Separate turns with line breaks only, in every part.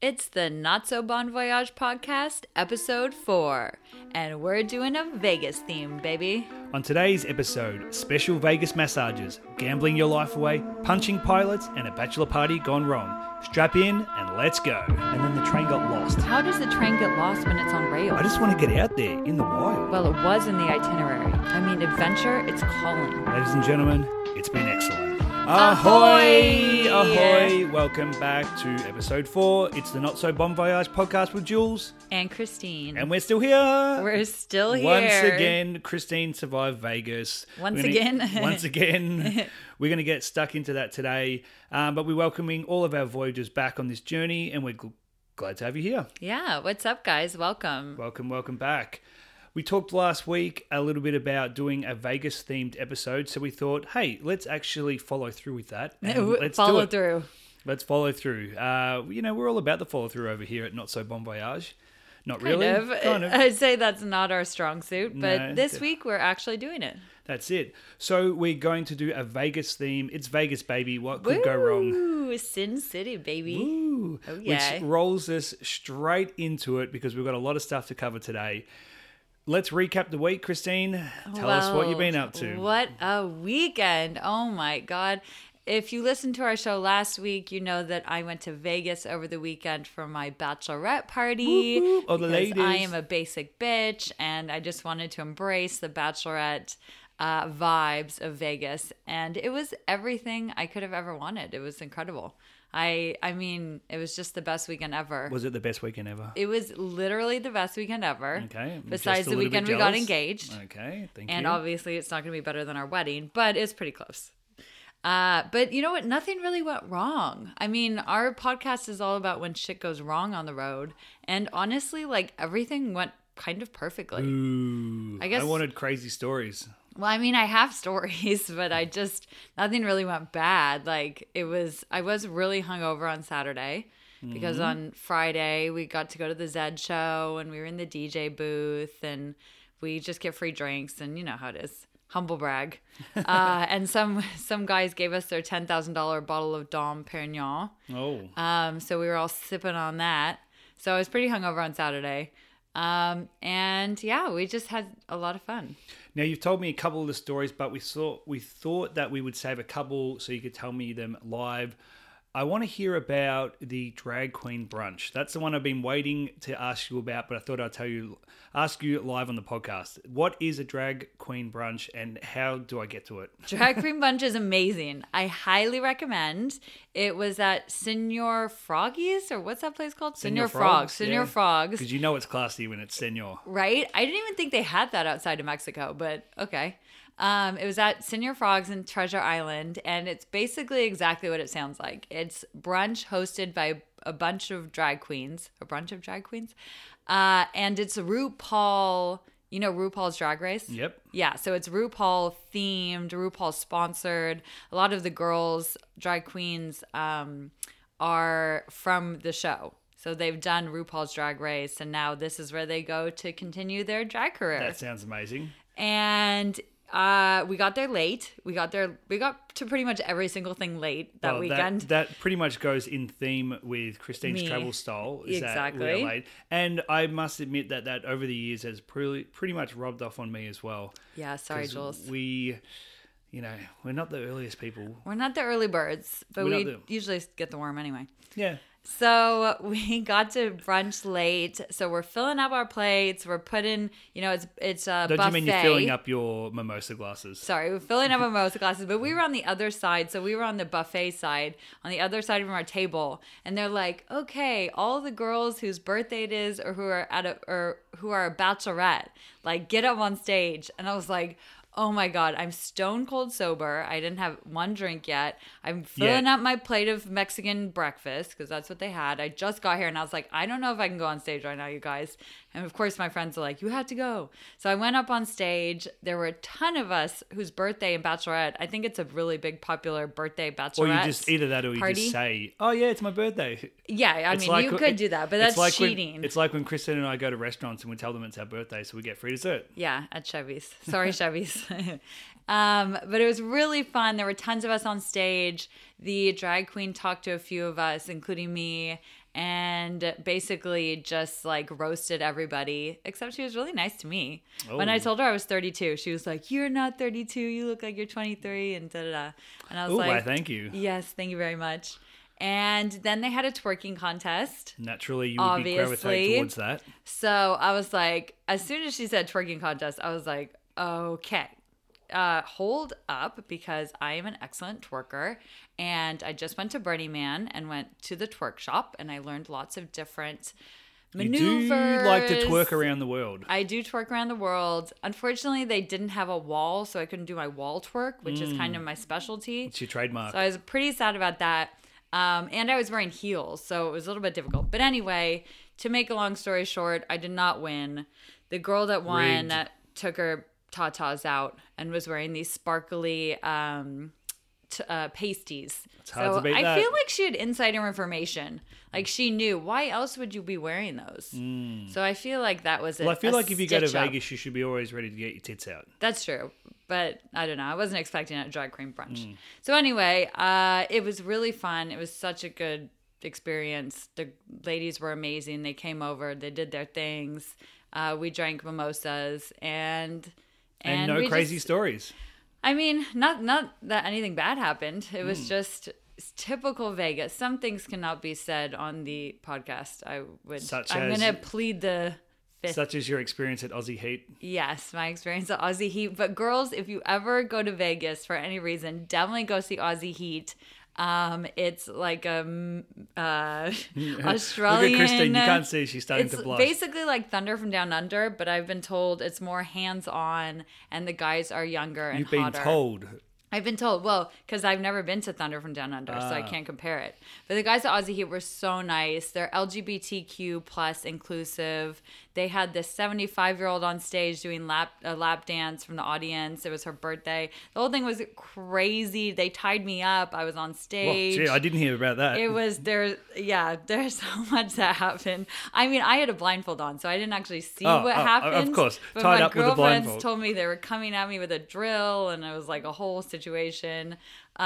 It's the Not So Bon Voyage podcast, episode four, and we're doing a Vegas theme, baby.
On today's episode, special Vegas massages, gambling your life away, punching pilots, and a bachelor party gone wrong. Strap in and let's go. And then the train got lost.
How does the train get lost when it's on rails?
I just want to get out there in the wild.
well, it was in the itinerary. I mean, adventure, it's calling.
Ladies and gentlemen, it's been excellent.
Ahoy!
Ahoy! Ahoy! Welcome back to episode four. It's the Not So Bon Voyage podcast with Jules,
And Christine,
and we're still here.
we're still here.
Once again, Christine survived Vegas.
Once
We're gonna-
again.
once again, we're going to get stuck into that today. Um, but we're welcoming all of our voyagers back on this journey, and we're gl- glad to have you here.
Yeah, what's up, guys? Welcome.
Welcome, welcome back. We talked last week a little bit about doing a Vegas themed episode, so we thought, hey, let's actually follow through with that. and let's do
Uh, Follow
it.
through.
Let's follow through. Uh, you know, we're all about the follow through over here at Not So Bon Voyage. Not really.
Kind of. I'd say that's not our strong suit, but
No,
this
def-
week we're actually doing it.
That's it. So we're going to do a Vegas theme. It's Vegas, baby. What could go wrong?
Ooh, Sin City, baby.
Ooh,
Oh, yeah.
Which rolls us straight into it because we've got a lot of stuff to cover today. Let's recap the week, Christine. Tell us what you've been
Well,
up to.
What a weekend. Oh my God. If you listened to our show last week, you know that I went to Vegas over the weekend for my bachelorette party.
Whoop, whoop. Oh, the
because I
ladies.
am a basic bitch and I just wanted to embrace the bachelorette uh, vibes of Vegas. And it was everything I could have ever wanted. It was incredible. I I mean, it was just the best weekend ever.
Was it the best weekend ever?
it was literally the best weekend ever.
Okay. I'm
Besides
just a
the
little bit
weekend we got
jealous.
engaged
Okay. Thank
and
you.
obviously it's not going to be better than our wedding but it's pretty close uh, but you know what nothing really went wrong i mean our podcast is all about when shit goes wrong on the road and honestly like everything went kind of perfectly
Ooh,
I guess-
I wanted crazy stories.
well, I mean, I have stories, but I just nothing really went bad. Like it was, I was really hungover on Saturday because on Friday we got to go to the Zed show and we were in the DJ booth and we just get free drinks and you know how it is, humble brag. uh, and some some guys gave us their ten thousand dollar bottle of Dom Perignon.
Oh,
Um, so we were all sipping on that. So I was pretty hungover on Saturday. Um, and yeah, we just had a lot of fun.
Now you've told me a couple of the stories, but we thought we thought that we would save a couple so you could tell me them live. I want to hear about the drag queen brunch. That's the one I've been waiting to ask you about, but I thought I'd tell you ask you live on the podcast. What is a drag queen brunch and how do I get to it?
Drag Queen Bunch is amazing. I highly recommend. It was at Senor Froggies or what's that place called? Senor, Frogs. Senor Frogs.
Because you know it's classy when it's senor.
right? I didn't even think they had that outside of Mexico, but okay. Um, it was at Senor Frogs in Treasure Island, and it's basically exactly what it sounds like. It's brunch hosted by a bunch of drag queens, a bunch of drag queens, uh, and it's RuPaul. You know RuPaul's Drag Race.
Yep.
Yeah, so it's RuPaul themed, RuPaul sponsored. A lot of the girls, drag queens, um, are from the show. So they've done RuPaul's Drag Race, and now this is where they go to continue their drag career.
That sounds amazing.
and uh, we got there late. We got there. We got to pretty much every single thing late that
Well,
weekend.
That, pretty much goes in theme with Christine's
Me.
travel style. Is
Exactly.
That real aid? and I must admit that that over the years has pretty, pretty much rubbed off on me as well.
yeah, sorry,
'Cause
Jules.
We, you know, we're not the earliest people.
We're not the early birds, but
We're
we
not the-
usually get the worm anyway.
Yeah.
So we got to brunch late. So we're filling up our plates. We're putting, you know, it's it's a
Don't
buffet.
you mean you're filling up your mimosa glasses?
Sorry, we're filling up mimosa glasses, but we were on the other side. So we were on the buffet side, on the other side from our table, and they're like, "Okay, all the girls whose birthday it is, or who are at a or who are a bachelorette, like get up on stage." And I was like. Oh my god, I'm stone cold sober. I didn't have one drink yet. I'm filling
Yet.
up my plate of Mexican breakfast because that's what they had. I just got here and I was like, I don't know if I can go on stage right now, you guys. And of course, my friends are like, you had to go. So I went up on stage. There were a ton of us whose birthday and bachelorette. I think it's a really big popular birthday bachelorette.
or you just either that, or you
party?
just say, "Oh yeah, it's my birthday."
yeah, I mean, you could do that, but that's
it's like when-
cheating.
it's like when Kristen and I go to restaurants and we tell them it's our birthday, so we get free dessert.
Yeah, at Chevy's. Sorry, Chevy's. um, but it was really fun. There were tons of us on stage. The drag queen talked to a few of us, including me. And and basically just like roasted everybody, except she was really nice to me. When I
Oh.
told her I was 32, she was like, You're not 32. You look like you're 23, and da da da. And I was
Oh,
like,
I thank you.
Yes, thank you very much. And then they had a twerking contest.
Naturally, you would be
Obviously.
gravitate towards that.
So I was like, as soon as she said twerking contest, I was like, okay, uh, hold up because I am an excellent twerker. And I just went to Burning Man and went to the twerk shop and I learned lots of different maneuvers.
You do like to twerk around the world.
I do twerk around the world. Unfortunately, they didn't have a wall, so I couldn't do my wall twerk, which is
Mm.
kind of my specialty.
It's your trademark.
So I was pretty sad about that. Um, and I was wearing heels, so it was a little bit difficult. But anyway, to make a long story short, I did not win. The girl that won
Rigged.
took her tatas out and was wearing these sparkly um, t- uh, pasties.
hard to beat
I
that.
feel like she had insider information. Like she knew. Why else would you be wearing those? So I feel like that was. A,
Hmm. well, I feel
a
like if you go to
stitch up.
Vegas, you should be always ready to get your tits out.
That's true. But I don't know. I wasn't expecting it at drag queen brunch.
Mm.
So anyway, uh, it was really fun. It was such a good experience. The ladies were amazing. They came over. They did their things. Uh, we drank mimosas and we
And, no
just-
crazy stories.
I mean, not not that anything bad happened. It was
Mm.
just typical Vegas. Some things cannot be said on the podcast. I would.
Such
I'm
as-
going to plead the fifth.
Such as your experience at Aussie Heat.
Yes, my experience at Aussie Heat. But girls, if you ever go to Vegas for any reason, definitely go see Aussie Heat. Um, it's like a mm, uh, Australian.
Look at Christine. You can't see she's starting
It's
to blush.
basically like Thunder from Down Under, but I've been told it's more hands-on, and the guys are younger and
You've been
hotter.
told.
I've been told, well, because I've never been to Thunder from Down Under, so I
Ah.
can't compare it. But the guys at Aussie Heat were so nice. They're LGBTQ plus inclusive. They had this 75 year old on stage doing lap a lap dance from the audience. It was her birthday. The whole thing was crazy. They tied me up. I was on
Well,
stage.
gee, I didn't hear about that.
it was there, yeah. There's so much that happened. I mean, I had a blindfold on, so I didn't actually see
Oh,
what
oh, of
happened.
course.
but
Tied
my
up with a
girlfriends
blindfold.
told me they were coming at me with a drill, and it was like a whole situation.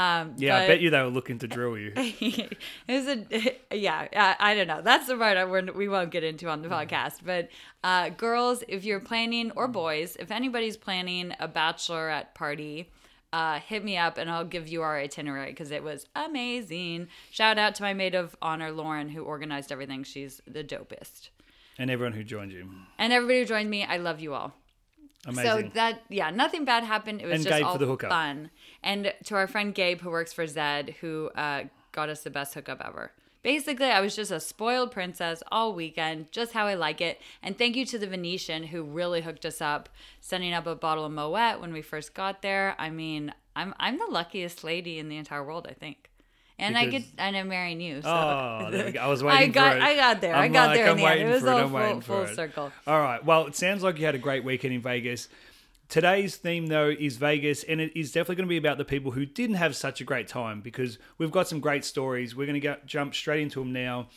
Um,
yeah, I
but-
bet you they were looking to drill you.
it was a yeah. I, I don't know. That's the part I won't, we won't get into on the podcast. But uh, girls, if you're planning, or boys, if anybody's planning a bachelorette party, uh, hit me up and I'll give you our itinerary because it was amazing. Shout out to my maid of honor, Lauren, who organized everything. She's the dopest.
And everyone who joined you.
And everybody who joined me, I love you all.
Amazing.
So that yeah, nothing bad happened. It was
And
just
Gabe for
all
the hookup.
fun. And to our friend Gabe who works for Zed, who uh, got us the best hookup ever. Basically, I was just a spoiled princess all weekend, just how I like it. And thank you to the Venetian who really hooked us up, sending up a bottle of Moet when we first got there. I mean, I'm I'm the luckiest lady in the entire world, I think. And I get
Because-
and I'm marrying you. So.
Oh, there we go. I was waiting
I got
for it.
I got there. i
I'm
got
like,
there in
I'm
the end. It
waiting
was
for
all
I'm
full,
waiting for
full
it.
circle.
All right. Well, it sounds like you had a great weekend in Vegas. Today's theme, though, is Vegas, and it is definitely going to be about the people who didn't have such a great time because we've got some great stories. We're going to go, jump straight into them now.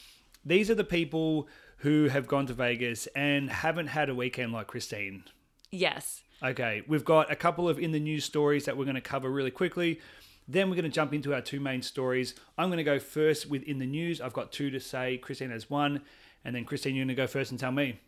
These are the people who have gone to Vegas and haven't had a weekend like Christine.
Yes.
Okay, we've got a couple of in the news stories that we're going to cover really quickly. Then we're going to jump into our two main stories. I'm going to go first with in the news. I've got two to say. Christine has one, and then Christine, you're going to go first and tell me.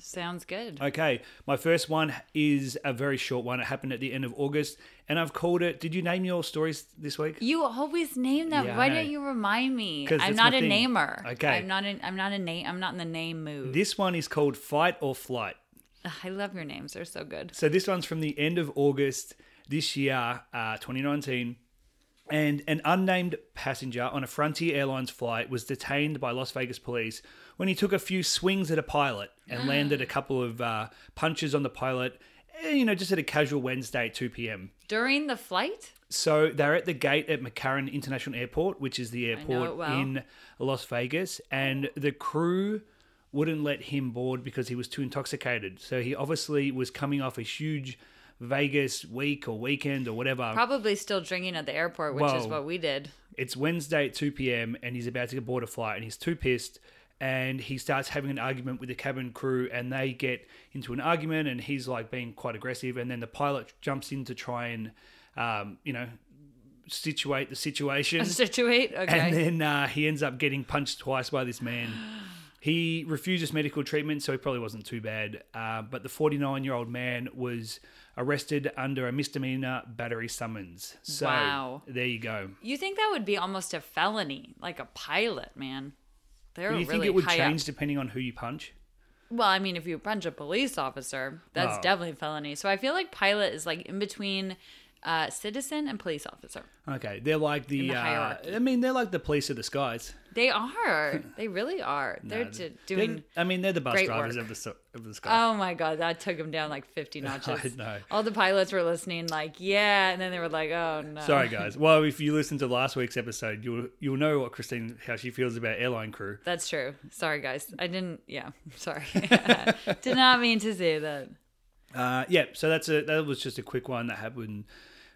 Sounds good.
Okay, my first one is a very short one. It happened at the end of August, and I've called it. Did you name your stories this week?
You always name them.
Yeah, I
Why
know.
don't you remind me?
'Cause
I'm
it's my
not a
thing.
namer.
Okay.
I'm not in I'm not a name I'm not in the name mood.
This one is called Fight or Flight.
Ugh, I love your names. They're so good.
So this one's from the end of August this year, uh, 2019. And an unnamed passenger on a Frontier Airlines flight was detained by Las Vegas police when he took a few swings at a pilot and landed a couple of uh, punches on the pilot, eh, you know, just at a casual Wednesday at 2 p.m.
During the flight?
So they're at the gate at McCarran International Airport, which is the airport
it well.
in Las Vegas, and the crew wouldn't let him board because he was too intoxicated. So he obviously was coming off a huge Vegas week or weekend or whatever.
Probably still drinking at the airport, which is
Whoa.
what we did.
It's Wednesday at 2 p.m. and he's about to board a flight and he's too pissed and he starts having an argument with the cabin crew and they get into an argument and he's like being quite aggressive and then the pilot jumps in to try and um, you know situate the situation
Situate? Okay.
and then uh, he ends up getting punched twice by this man He refuses medical treatment, so he probably wasn't too bad. Uh, but the 49 year old man was arrested under a misdemeanor battery summons. So
Wow.
there you go.
You think that would be almost a felony, like a pilot, man? They're
Do you
really
think it would
high
change
up.
depending on who you punch?
Well, I mean, if you punch a police officer, that's
Oh.
definitely a felony. So I feel like pilot is like in between uh, citizen and police officer.
Okay, they're like the.
the
uh,
hierarchy.
I mean, they're like the police of the skies. Uh,
They are. they really are. They're d- doing.
I mean, they're the bus
great
drivers
work.
of the so- of the skies.
Oh my god, that took him down like fifty notches.
know.
All the pilots were listening, like, yeah, and then they were like, oh no.
Sorry, guys. Well, if you listen to last week's episode, you'll you'll know what Christine how she feels about airline crew.
That's true. Sorry, guys. I didn't. Yeah, sorry. Did not mean to say that.
Uh, yeah, so that's a that was just a quick one that happened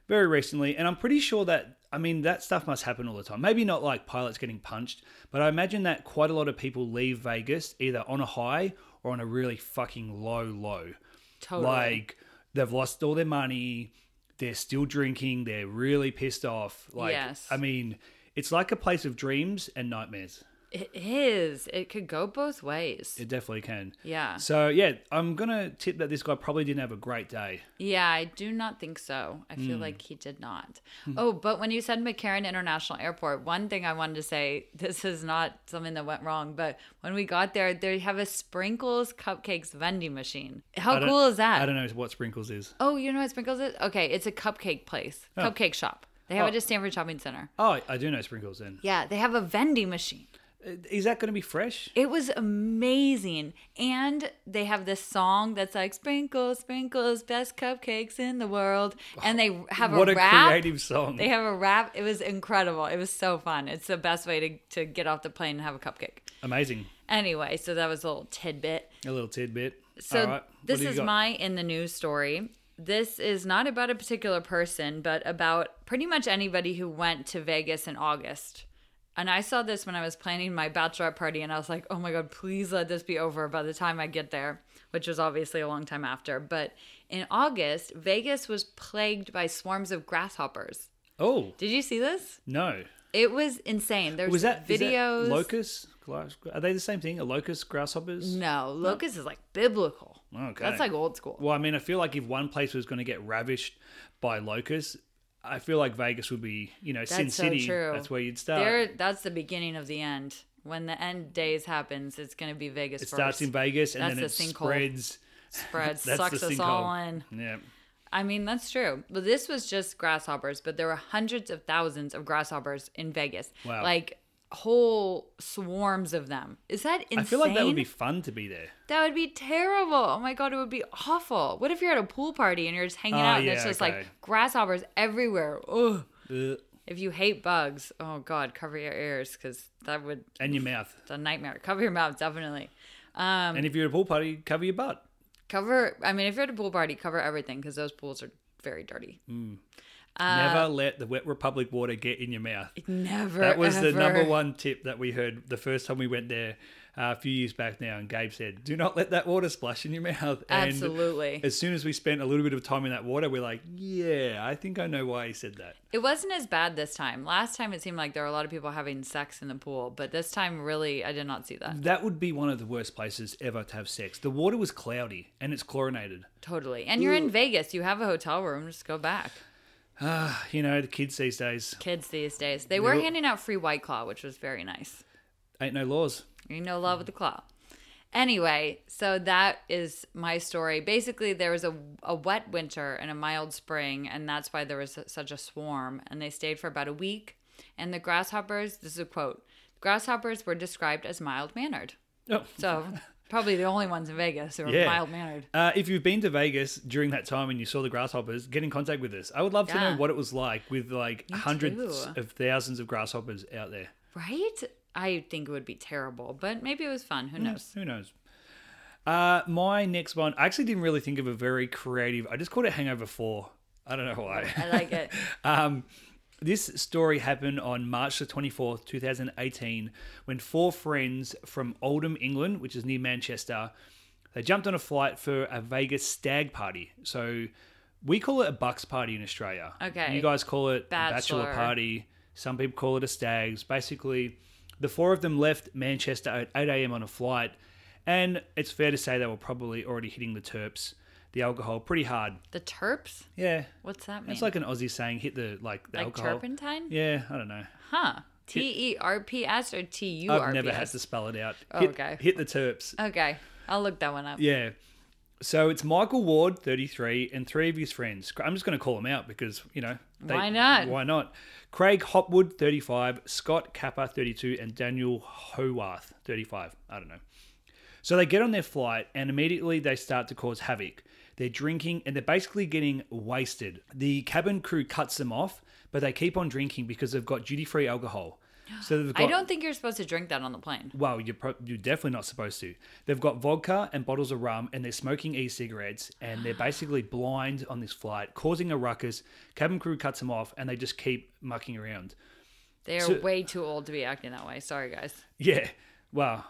very recently, and I'm pretty sure that I mean that stuff must happen all the time. Maybe not like pilots getting punched, but I imagine that quite a lot of people leave Vegas either on a high or on a really fucking low low.
Totally.
Like they've lost all their money, they're still drinking, they're really pissed off. Like
Yes.
I mean, it's like a place of dreams and nightmares.
It is. It could go both ways.
It definitely can.
yeah.
So yeah, I'm gonna tip that this guy probably didn't have a great day.
Yeah, I do not think so. I
Mm.
feel like he did not.
Hmm.
Oh, but when you said McCarran International Airport, one thing I wanted to say this is not something that went wrong, but when we got there, they have a sprinkles cupcakes vending machine.
I
How
don't-
cool is that?
I don't know what sprinkles is.
Oh, you know what sprinkles is? Okay, it's a cupcake place, cupcake shop. They have it at Stanford Shopping Center.
Oh, I do know sprinkles then. Uh,
Yeah, they have a vending machine.
Is that going to be fresh?
It was amazing. And they have this song that's like sprinkles, sprinkles, best cupcakes in the world. And they have
What
a,
a
rap.
creative song.
They have a rap. It was incredible. It was so fun. It's the best way to, to get off the plane and have a cupcake.
Amazing.
Anyway, so that was a little tidbit.
A little tidbit.
So
All right. What
this
do you
is
got?
my in the news story. This is not about a particular person, but about pretty much anybody who went to Vegas in August. And I saw this when I was planning my bachelorette party, and I was like, oh my God, please let this be over by the time I get there, which was obviously a long time after. But in August, Vegas was plagued by swarms of grasshoppers.
Oh
Did you see this?
no!
It was insane. There
Was that is that
videos.
locusts? Glass- Are they the same thing? A locust grasshoppers?
No, locust is like biblical.
Okay.
Mm-hmm. That's like old school.
Well, I mean, I feel like if one place was going to get ravished by locusts, I feel like Vegas would be, you know, Sin
That's so
City.
true.
That's where you'd start.
There, that's the beginning of the end. When the end days happens, it's going to be Vegas
it
first.
starts in Vegas and
That's
then
the
it
sinkhole.
spreads.
Spreads,
That's
sucks
the
us
sinkhole.
all in.
Yeah.
I mean, that's true. But this was just grasshoppers, but there were hundreds of thousands of grasshoppers in Vegas.
Wow.
Like whole swarms of them. Is that insane?
I feel like that would be fun to be there.
That would be terrible. Oh my god, it would be awful. What if you're at a pool party and you're just hanging
Oh,
out and it's
yeah,
just
okay.
like grasshoppers everywhere? Ugh.
Ugh.
If you hate bugs, oh god, cover your ears because that would
And your mouth.
it's a nightmare. Cover your mouth, definitely. Um,
and if you're at a pool party, cover your butt.
Cover. I mean, if you're at a pool party, cover everything because those pools are very dirty.
Mm. Never
Um,
let the Wet Republic water get in your mouth.
Never.
That was the
ever.
number one tip that we heard the first time we went there uh, a few years back now. And Gabe said, "Do not let that water splash in your mouth." And
Absolutely.
as soon as we spent a little bit of time in that water, we're like, "Yeah, I think I know why he said that."
It wasn't as bad this time. Last time it seemed like there were a lot of people having sex in the pool, but this time really, I did not see that.
That would be one of the worst places ever to have sex. The water was cloudy and it's chlorinated.
Totally. And you're in Vegas. You have a hotel room. Just go back.
You know, the kids these days
Kids these days, they were
Nope.
handing out free white claw, which was very nice.
ain't no laws.
You know, love with the claw. Anyway, so that is my story. Basically, there was a, a wet winter and a mild spring, and that's why there was such a swarm. And they stayed for about a week. And the grasshoppers, this is a quote grasshoppers were described as mild mannered.
Oh.
So, probably the only ones in Vegas who are
Yeah.
mild mannered.
Uh, if you've been to Vegas during that time and you saw the grasshoppers, get in contact with us. I would love to know
Yeah.
what it was like with like hundreds
too.
of thousands of grasshoppers out there.
Right? I think it would be terrible, but maybe it was fun.
Hmm.
Who knows?
Who knows? Uh, my next one, I actually didn't really think of a very creative. I just called it Hangover Four. I don't know why.
I like it.
Um, this story happened on March the 24th, 2018, when four friends from Oldham, England, which is near Manchester, they jumped on a flight for a Vegas stag party. So we call it a bucks party in Australia.
Okay.
You guys call it a bachelor
Bachelor.
party. Some people call it a stags. Basically, The four of them left Manchester at 8 a.m. on a flight, and it's fair to say they were probably already hitting the terps, the alcohol, pretty hard.
The terps?
Yeah.
What's that mean?
It's like an Aussie saying, hit the like the
Like
alcohol.
turpentine?
Yeah, I don't know.
Huh. T E R P S or T U
I've
R P
never had
S?
to spell it out.
Oh,
hit,
okay.
Hit the terps.
Okay. I'll look that one up.
Yeah. So it's Michael Ward, 33, and three of his friends. I'm just going to call them out because, you know. They,
Why not?
Why not? Craig Hopwood, 35, Scott Kappa, 32, and Daniel Howarth, 35. I don't know. So they get on their flight and immediately they start to cause havoc. They're drinking and they're basically getting wasted. The cabin crew cuts them off, but they keep on drinking because they've got duty free alcohol. So they've got
I don't think you're supposed to drink that on the plane.
well, you're, pro- you're definitely not supposed to. They've got vodka and bottles of rum, and they're smoking e-cigarettes, and they're basically blind on this flight, causing a ruckus. Cabin crew cuts them off, and they just keep mucking around.
They are
So-
way too old to be acting that way. Sorry, guys.
Yeah, well,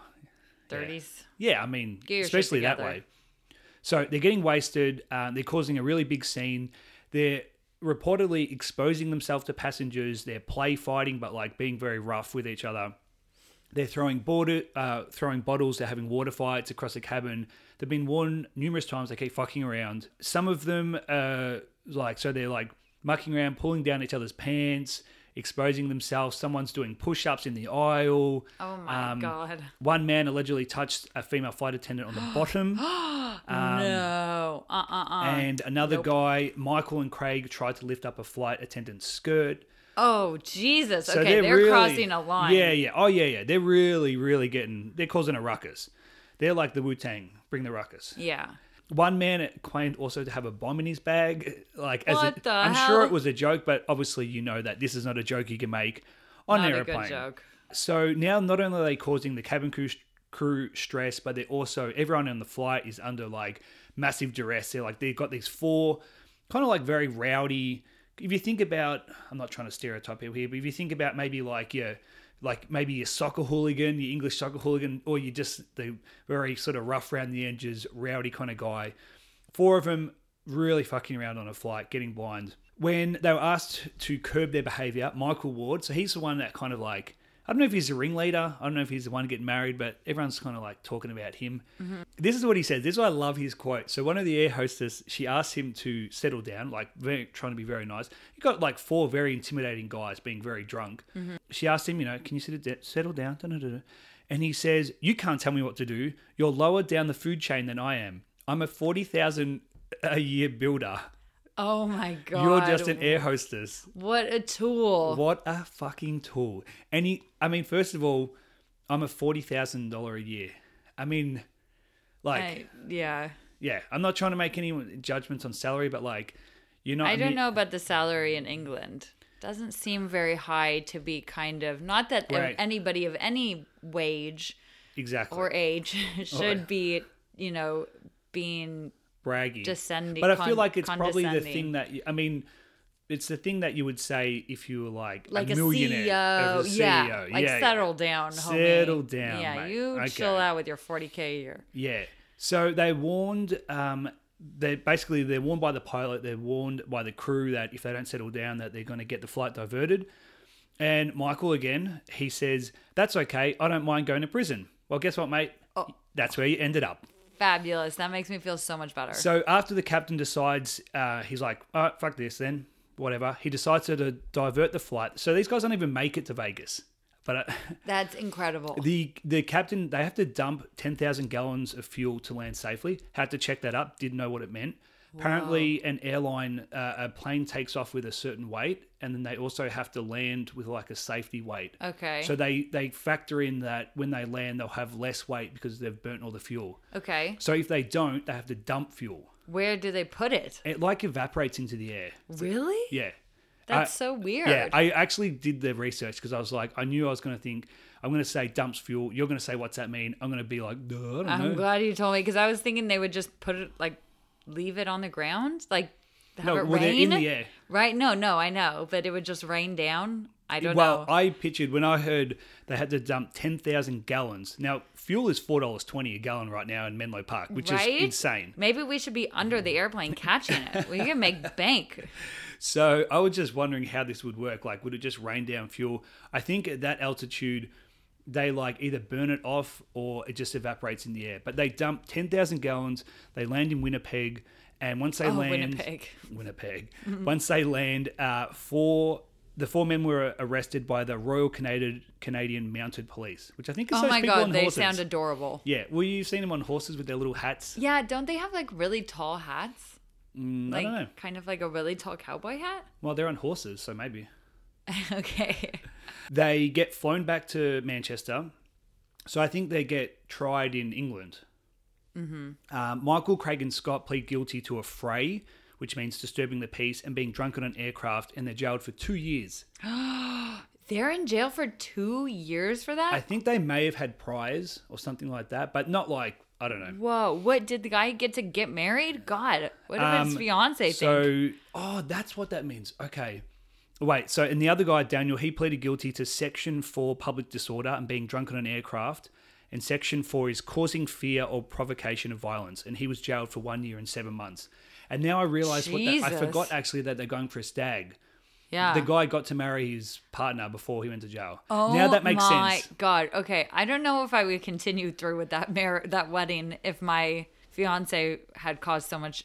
30s.
yeah. I mean,
Get your shit
especially that
together.
way. So they're getting wasted. Um, they're causing a really big scene. They're reportedly exposing themselves to passengers. They're play fighting, but like being very rough with each other. They're throwing border, uh, throwing bottles. They're having water fights across the cabin. They've been warned numerous times. They keep fucking around. Some of them, uh, like so, they're like mucking around, pulling down each other's pants, exposing themselves. Someone's doing push-ups in the aisle.
Oh
Um,
my God.
One man allegedly touched a female flight attendant on the bottom, um,
no. Uh uh uh.
and another guy, Michael and Craig, tried to lift up a flight attendant's skirt.
Oh, Jesus.
So
okay. They're, crossing a line.
Yeah, yeah. Oh, yeah, yeah. They're really, really getting. They're causing a ruckus. They're like the Wu Tang. Bring the ruckus.
Yeah.
One man claimed also to have a bomb in his bag. Like, as
What
a,
the
I'm sure
hell?
it was a joke, but obviously you know that this is not a joke you can make on
Not
an
a
airplane.
good joke.
So now not only are they causing the cabin crew, crew stress, but they're also everyone on the flight is under like massive duress. They're like they've got these four kind of like very rowdy. If you think about, I'm not trying to stereotype people here, but if you think about maybe like your like maybe your soccer hooligan, your English soccer hooligan, or you just the very sort of rough around the edges, rowdy kind of guy. Four of them really fucking around on a flight, getting blind. When they were asked to curb their behavior, Michael Ward, so he's the one that kind of like, I don't know if he's the ringleader, I don't know if he's the one getting married, but everyone's kind of like talking about him. This is what he says. This is why I love his quote. So one of the air hostess, she asked him to settle down, like very, trying to be very nice. You got like four very intimidating guys being very drunk. She asked him, you know, can you sit it, settle down? Da-da-da-da. And he says, you can't tell me what to do. You're lower down the food chain than I am. I'm a 40,000 a year builder.
Oh my God.
You're just an air hostess.
What a tool.
What a fucking tool. And he, I mean, first of all, I'm a $40,000 a year. I mean, like,
I- yeah.
yeah, I'm not trying to make any judgments on salary, but like, you're not.
I don't
imme-
know about the salary in England. Doesn't seem very high to be kind of not that
Right.
anybody of any wage
Exactly.
or age should be, you know, being
braggy.
descending-
But I feel
con-
like it's probably the
condescending.
thing that, you, I mean, it's the thing that you would say if you were like,
like
a
a,
millionaire.
CEO.
of a E
Yeah. Like
yeah,
settle down, homie.
Settle down,
Yeah,
mate.
you
Okay.
chill out with your 40K a year.
Yeah. So they warned. Um, they basically they're warned by the pilot. They're warned by the crew that if they don't settle down, that they're going to get the flight diverted. And Michael again, he says, "That's okay. I don't mind going to prison." Well, guess what, mate?
Oh.
That's where you ended up.
Fabulous. That makes me feel so much better.
So after the captain decides, uh, he's like, "All right, fuck this then." Whatever. He decides to, to divert the flight. So these guys don't even make it to Vegas. But uh,
That's incredible.
The the captain they have to dump ten thousand gallons of fuel to land safely. Had to check that up. Didn't know what it meant. Apparently, an airline uh, a plane takes off with a certain weight, and then they also have to land with like a safety weight.
Okay.
So they they factor in that when they land they'll have less weight because they've burnt all the fuel.
okay.
So if they don't, they have to dump fuel.
Where do they put it?
It like evaporates into the air.
Really?
Yeah.
That's
I-
so weird.
yeah, I actually did the research because I was like, I knew I was going to think, I'm going to say dumps fuel. You're going to say, what's that mean? I'm going to be like, duh, I don't
I'm
know.
glad you told me because I was thinking they would just put it like leave it on the ground, like have
No,
it
well, they're
rain.
in the air.
Right? No, no, I know, but it would just rain down. I don't
well,
know.
I pictured when I heard they had to dump 10,000 gallons. Now, fuel is $4.20 a gallon right now in Menlo Park, which
right?
is insane.
Maybe we should be under the airplane catching it. We can make bank.
So I was just wondering how this would work. Like, would it just rain down fuel? I think at that altitude, they like either burn it off or it just evaporates in the air. But they dump 10,000 gallons, they land in Winnipeg, and once they
Oh,
land
Winnipeg. Mm-hmm.
Winnipeg. once they land, uh, four the four men were arrested by the Royal Canadian Canadian Mounted Police, which I think is
Oh
those
my
people
god,
on
they
horses.
sound adorable.
yeah, well, you've seen them on horses with their little hats.
Yeah, don't they have like really tall hats?
Mm,
Like
I don't know.
kind of like a really tall cowboy hat?
Well, they're on horses, so maybe.
okay.
They get flown back to Manchester. So I think they get tried in England. Mm-hmm. Michael, Craig, and Scott plead guilty to a fray, which means disturbing the peace and being drunk on an aircraft, and they're jailed for two years.
They're in jail for two years for that?
I think they may have had priors or something like that, but not like, I don't know.
Whoa, what did the guy get to get married? God, what did his
Um,
fiance think?
So, oh, that's what that means. Okay. Wait, so, and the other guy, Daniel, he pleaded guilty to Section 4 public disorder and being drunk on an aircraft. And Section 4 is causing fear or provocation of violence. And he was jailed for one year and seven months. And now I realize what that, I
Jesus. Ah.
forgot actually that they're going for a stag.
Yeah.
The guy got to marry his partner before he went to jail.
Oh
now that makes
my
sense.
God. Okay. I don't know if I would continue through with that mar- that wedding if my fiance had caused so much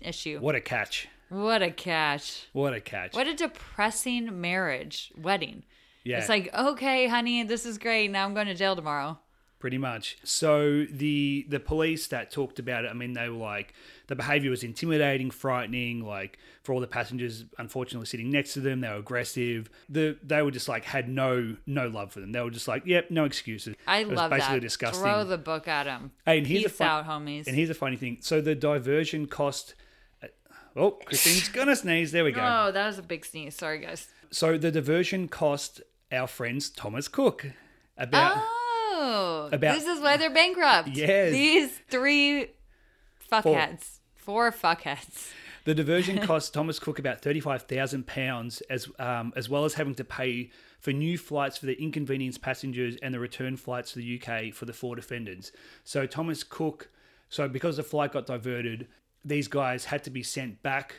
issue. What,
What a catch.
a catch.
What a catch.
What a depressing marriage wedding.
Yeah.
It's like, okay, honey, this is great. Now I'm going to jail tomorrow.
pretty much so the the police that talked about it i mean they were like the behavior was intimidating frightening like for all the passengers unfortunately sitting next to them they were aggressive the they were just like had no no love for them they were just like yep no excuses
I
it was
love
basically
that.
disgusting
Throw the book at him.
Hey, and here's a
Peace
fun-
out, homies.
and here's a funny thing so the diversion cost oh christine's gonna sneeze there we go
oh, that was a big sneeze. Sorry, guys.
so the diversion cost our friends thomas cook about
Oh,
About-
this is why they're bankrupt.
Yes.
These three fuckheads. Four, fuckheads.
The diversion cost Thomas Cook about thirty-five thousand pounds, as um, as well as having to pay for new flights for the inconvenienced passengers and the return flights to the UK for the four defendants. So Thomas Cook, so because the flight got diverted, these guys had to be sent back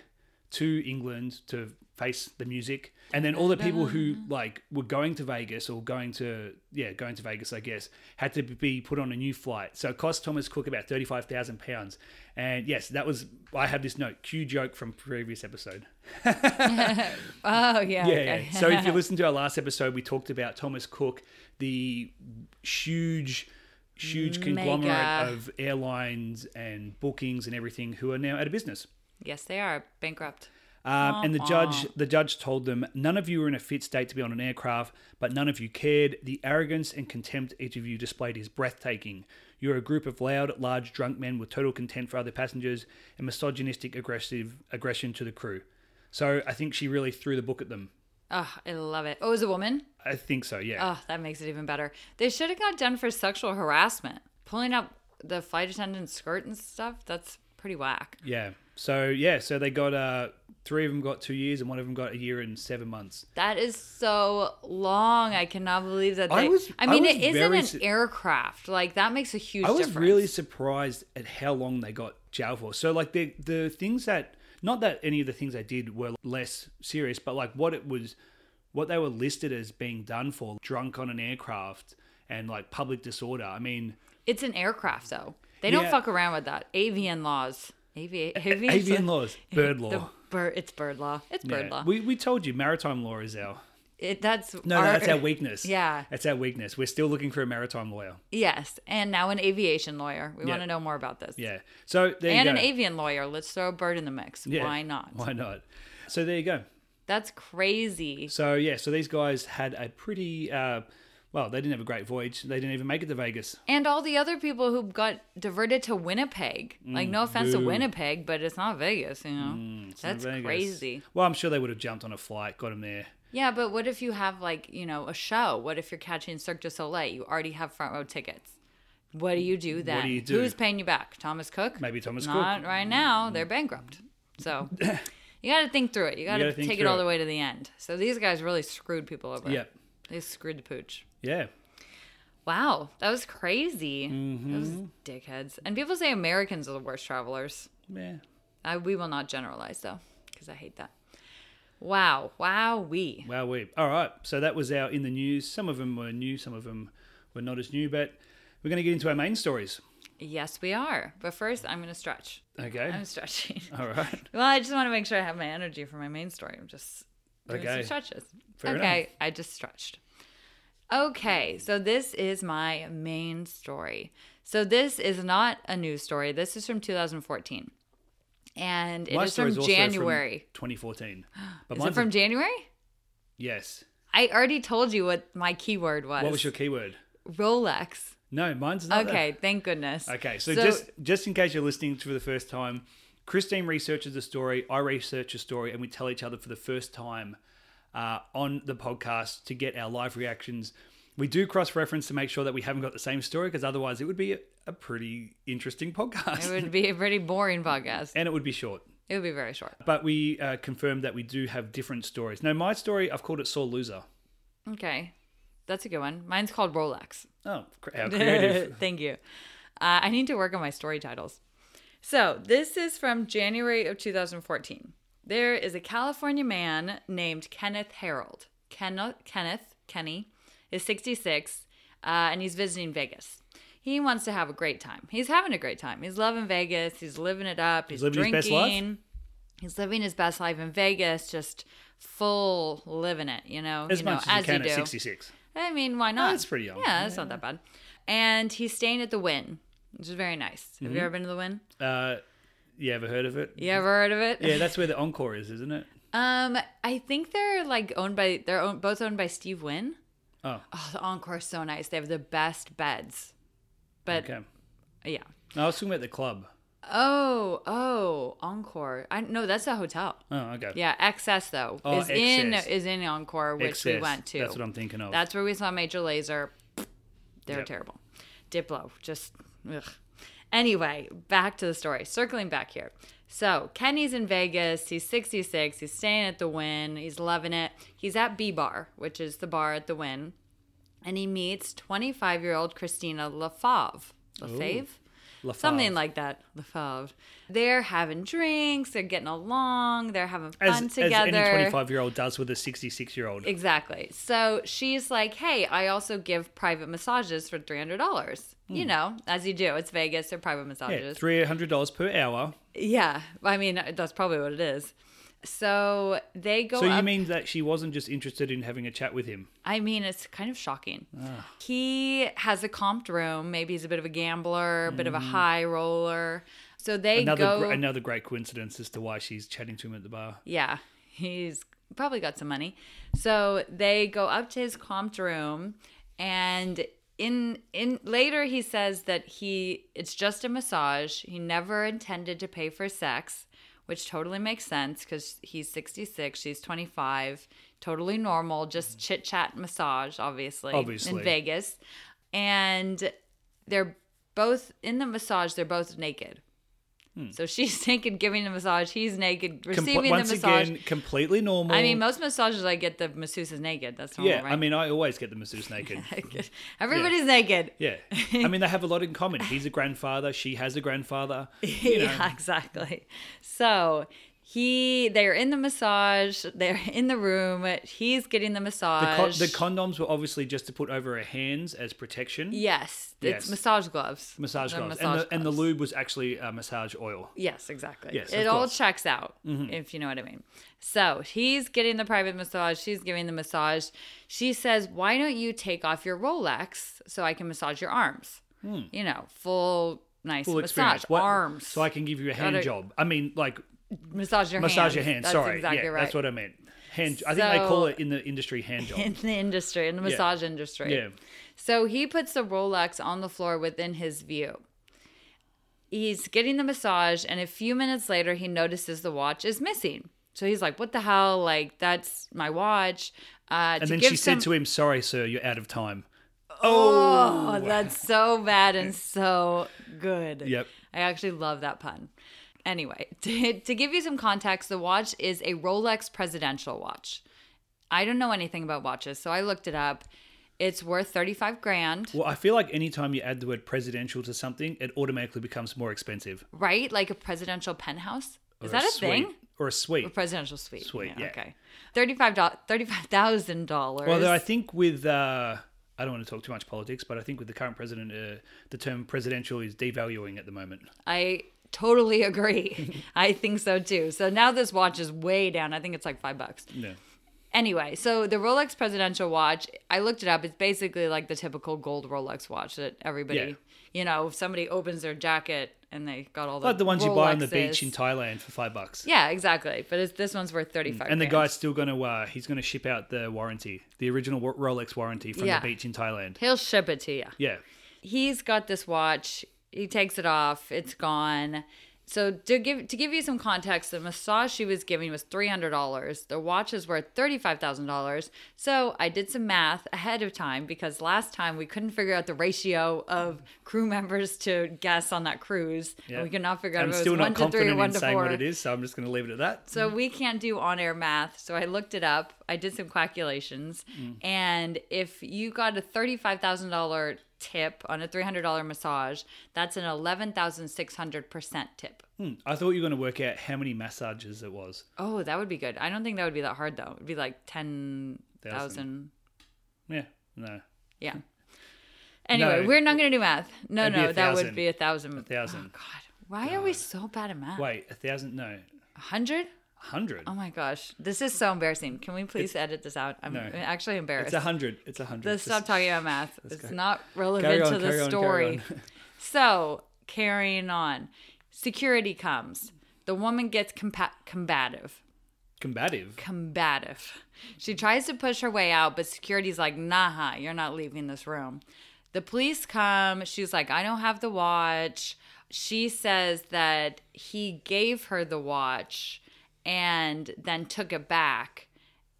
to England to face the music, and then all the people who
Ah.
like were going to Vegas or going to yeah going to Vegas, I guess, had to be put on a new flight. So it cost Thomas Cook about thirty five thousand pounds. And yes, that was I have this note Q joke from previous episode.
Oh, yeah.
Yeah,
okay.
yeah. So if you listen to our last episode, we talked about Thomas Cook, the huge, huge conglomerate
Mega.
of airlines and bookings and everything who are now out of business.
yes, they are bankrupt.
Um, and the judge, the judge told them, none of you were in a fit state to be on an aircraft, but none of you cared. The arrogance and contempt each of you displayed is breathtaking. You're a group of loud, large, drunk men with total contempt for other passengers and misogynistic, aggressive aggression to the crew. So I think she really threw the book at them.
Oh, I love it. Oh, as a woman?
I think so. Yeah.
Oh, that makes it even better. They should have got done for sexual harassment. Pulling up the flight attendant's skirt and stuff, that's pretty whack.
Yeah. So yeah. So they got uh three of them got two years and one of them got a year and seven months.
That is so long. I cannot believe that. They,
I
I,
was- I
mean,
was
it isn't
very
an
su-
aircraft. Like that makes a huge.
I was
difference.
really surprised at how long they got jail for. So like the the things that not that any of the things they did were less serious, but like what it was, what they were listed as being done for, drunk on an aircraft and like public disorder. I mean,
It's an aircraft, though. They don't
Yeah.
fuck around with that. Avian laws. Avi- avian,
avian laws, bird law.
The bird, it's bird law. It's bird
Yeah.
law.
We we told you maritime law is our
it, that's
no, no that's our weakness.
Yeah.
that's our weakness. We're still looking for a maritime lawyer.
Yes, and now an aviation lawyer. We
Yeah.
want to know more about this.
Yeah, so there
And
you
an
go.
avian lawyer. Let's throw a bird in the mix.
Yeah.
Why not?
Why not? So there you go.
That's crazy.
So yeah, so these guys had a pretty uh, well, they didn't have a great voyage. They didn't even make it to Vegas.
And all the other people who got diverted to Winnipeg. Like, no offense to
Mm, boo.
Winnipeg, but it's not Vegas, you know?
So
That's
Vegas-
crazy.
Well, I'm sure they would have jumped on a flight, got them there.
Yeah, but what if you have, like, you know, a show? What if you're catching Cirque du Soleil? You already have front row tickets. What do you do then?
do you do?
Who's paying you back? Thomas Cook?
Maybe Thomas Cook. Mm-hmm.
Not right now. They're bankrupt. So you got to think through it. You got to
gotta think
take it
through
all the
it.
way to the end. So these guys really screwed people over.
Yeah,
They screwed the pooch.
yeah.
Wow, that was crazy.
Mm-hmm.
Those dickheads. And people say Americans are the worst travelers.
Yeah.
I, we will not generalize though, because I hate that. Wow. Wow. We.
Wow, we. All right. So that was our in the news. Some of them were new, some of them were not as new, but we're going to get into our main stories.
Yes, we are. But first, I'm going to stretch.
Okay.
I'm stretching.
All right.
Well, I just want to make sure I have my energy for my main story. I'm just doing
Okay.
some stretches.
Fair
okay, I just stretched. Okay, so this is my main story. So this is not a news story. This is from 2014, and it
My
is
story
from
is also
January.
2014. But
is it
mine's
from
from
January?
yes.
I already told you what my keyword was.
What was your keyword?
Rolex?
No, mine's not. that.
Okay, thank goodness.
Okay, so, just just in case you're listening for the first time, Christine researches a story, I research a story, and we tell each other for the first time uh, on the podcast to get our live reactions. We do cross reference to make sure that we haven't got the same story because otherwise it would be a, a pretty interesting podcast
it would be a pretty boring podcast.
and it would be short.
It would be very short.
But we uh, confirmed that we do have different stories. Now, my story, I've called it Sore Loser.
Okay, that's a good one. Mine's called Rolex.
Oh, cr- how creative.
Thank you. Uh, I need to work on my story titles. So, this is from January of 2014. There is a California man named Kenneth Harold. Ken- Kenneth, Kenny, is 66 uh, and he's visiting Vegas. He wants to have a great time. He's having a great time. He's loving Vegas. He's living it up. He's,
living
drinking.
his best life?
He's living his best life in Vegas, just full living it, you know,
as
you
much
know,
as you can
do.
at 66.
I mean, why not?
that's pretty young.
Yeah, that's not that bad. And he's staying at the Win, which is very nice. Have you
Mm-hmm.
ever been to the Win?
Uh, you ever heard of it?
You ever heard of it?
Yeah, that's where the encore is, isn't it?
Um, I think they're like owned by they're own, both owned by Steve Wynn.
Oh,
Oh, the Encore is so nice. They have the best beds. But
okay.
yeah.
No, I was talking about the club.
Oh, oh, Encore. I no, that's a hotel.
Oh, okay.
Yeah, Excess though
Oh,
is in
Excess.
is in Encore, which we
Excess.
went to.
That's what I'm thinking of.
That's where we saw Major Laser. They're
Yep.
terrible. Diplo, just ugh. Anyway, back to the story. Circling back here. So Kenny's in Vegas. He's 66. He's staying at the Win. He's loving it. He's at B Bar, which is the bar at the Win, and he meets 25-year-old Christina LaFave. LaFave.
Lafarge.
Something like that, LaFave. They're having drinks. They're getting along. They're having
as,
fun
as
together.
any 25 year old does with a 66 year old.
Exactly. So she's like, "Hey, I also give private massages for three hundred dollars. You know, as you do. It's Vegas. They're private
Hmm. Yeah,
massages.
three hundred dollars per hour.
Yeah. I mean, that's probably what it is. So they go.
So you
up-
mean that she wasn't just interested in having a chat with him?
I mean, it's kind of shocking.
Ah.
He has a comped room. Maybe he's a bit of a gambler, a bit of a high roller. So they
Hmm. Another
go.
gr- another great coincidence as to why she's chatting to him at the bar.
Yeah, he's probably got some money. So they go up to his comped room, and in in later he says that he it's just a massage. He never intended to pay for sex, which totally makes sense because he's sixty six, she's twenty five. Totally normal, just chit chat massage, obviously,
Obviously.
in Vegas, and they're both in the massage. They're both naked. So she's naked giving the massage. He's naked
Comple-
receiving
Hmm. once
the massage.
again, completely normal.
I mean, most massages I get the masseuse is naked. That's normal,
yeah.
right?
I mean, I always get the masseuse naked.
everybody's naked.
Yeah, I mean they have a lot in common. He's a grandfather. She has a grandfather. You know,
yeah, exactly. So he, they're in the massage. They're in the room. He's getting the
the, con-
massage.
the condoms were obviously just to put over her hands as protection.
yes, it's
Yes.
massage gloves.
Massage
They're
gloves.
massage
and, the, and the
gloves.
lube was actually uh, massage oil.
Yes, exactly.
Yes,
it
of
all
course. Mm-hmm.
checks out, if you know what I mean. So he's getting the private massage. She's giving the massage. She says, Why don't you take off your Rolex so I can massage your arms? You know, full, nice
Hmm. Full
massage.
experience. What-
arms.
So I can give you a hand
Gotta-
job. I mean, like
massage your
massage
hands.
your hand.
That's
Sorry,
exactly
yeah,
right.
that's what I meant. Hand. I think they call
So-
it in the industry hand job.
in the industry, in the massage industry.
yeah.
So he puts the Rolex on the floor within his view. He's getting the massage, and a few minutes later, he notices the watch is missing. So he's like, "What the hell? Like that's my watch." Uh,
And then she said to him, "Sorry, sir, you're out of time."
"Oh, that's so bad and so good."
Yep.
I actually love that pun. Anyway, to, to give you some context, the watch is a Rolex presidential watch. I don't know anything about watches, so I looked it up. It's worth 35 grand.
Well, I feel like anytime you add the word presidential to something, it automatically becomes more expensive.
right? Like a presidential penthouse. Is
Or
that a
suite.
thing?
or a suite.
A presidential suite.
Suite, yeah.
Okay. Thirty-five dollars. Thirty-five thousand dollars.
Although I think with uh, I don't want to talk too much politics, but I think with the current president, uh, the term presidential is devaluing at the moment.
I totally agree. I think so too. So now this watch is way down. I think it's like five bucks.
Yeah.
Anyway, so the Rolex Presidential Watch, I looked it up. It's basically like the typical gold Rolex watch that everybody,
Yeah.
you know, if somebody opens their jacket and they got all the
Like the ones you buy on the beach
Rolexes.
in Thailand for five bucks.
yeah, exactly. But it's, this one's worth thirty-five.
And the
grand.
guy's still going to, uh, he's going to ship out the warranty, the original wa- Rolex warranty from
Yeah.
the beach in Thailand.
he'll ship it to you.
Yeah.
he's got this watch. He takes it off. It's gone. So to give to give you some context, the massage she was giving was three hundred dollars. The watch is worth thirty five thousand dollars. So I did some math ahead of time because last time we couldn't figure out the ratio of crew members to guests on that cruise,
Yeah.
and we could not figure out
I'm
if it
still
was
not
one to three or
confident
one
in
to
saying
four.
what it is, so I'm just going to leave it at that.
So we can't do on air math. So I looked it up. I did some calculations.
Mm.
And if you got a $35,000 tip on a $300 massage, that's an 11,600% tip.
Hmm. I thought you were going to work out how many massages it was.
Oh, that would be good. I don't think that would be that hard though. It'd be like 10,000.
Yeah. No.
Yeah. Anyway,
No.
we're not going to do math. No,
That'd be
no,
a
that would
thousand.
be a thousand. A
thousand.
God. Why are we so bad at math?
Wait, a thousand? No.
A hundred?
A hundred.
Oh my gosh. This is so embarrassing. Can we please edit this out? I'm
No.
actually embarrassed.
It's a hundred. It's a hundred.
Let's stop
Just
talking about math. It's not relevant
Carry on,
to
carry
the
on,
story.
carry on.
so, carrying on, security comes. The woman gets compa- combative.
Combative.
Combative. She tries to push her way out, but security's like, nah, you're not leaving this room. The police come. She's like, I don't have the watch. She says that he gave her the watch and then took it back.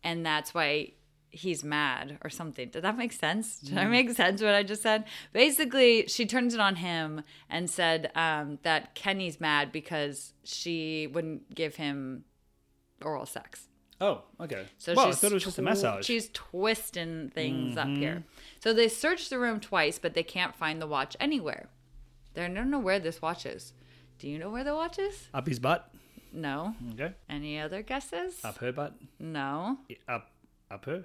And that's why he's mad or something. Did that make sense? Did I make sense what I just said? Basically, she turns it on him and said um, that Kenny's mad because she wouldn't give him oral sex.
Oh, okay.
So
well, I
she's
thought it was just a
twi-
massage. Mm-hmm.
She's twisting things up here. So they search the room twice, but they can't find the watch anywhere. They don't know where this watch is. Do you know where the watch is?
Up his butt.
No.
Okay.
Any other guesses?
Up her butt.
No.
I- Up. Up her.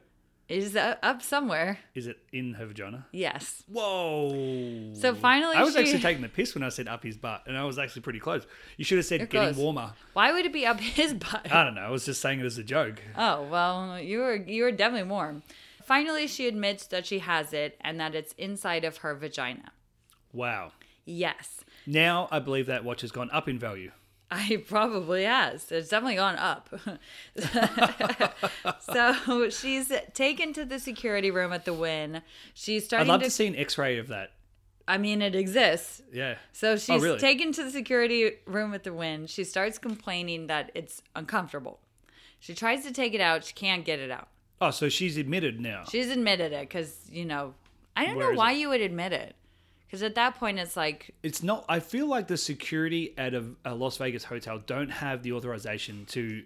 It is uh, up somewhere.
Is it in her vagina?
Yes.
Whoa.
So finally,
I was
she-
actually taking the piss when I said up his butt, and I was actually pretty close. You should have said
You're
getting
close.
warmer.
Why would it be up his butt?
I don't know. I was just saying it as a joke.
Oh well, you were you were definitely warm. Finally, she admits that she has it and that it's inside of her vagina.
Wow.
Yes,
Now I believe that watch has gone up in value.
I probably has. It's definitely gone up. so she's taken to the security room at the Win. She's
I'd
starting
love
to,
to see an X-ray of that.
I mean, it exists.
Yeah.
So she's
Oh, really?
taken to the security room at the Win. She starts complaining that it's uncomfortable. She tries to take it out. She can't get it out.
Oh, so she's admitted now.
She's admitted it because you know I don't
Where
know
is
why you would admit it because at that point it's like
it's not. I feel like the security at a, a Las Vegas hotel don't have the authorization to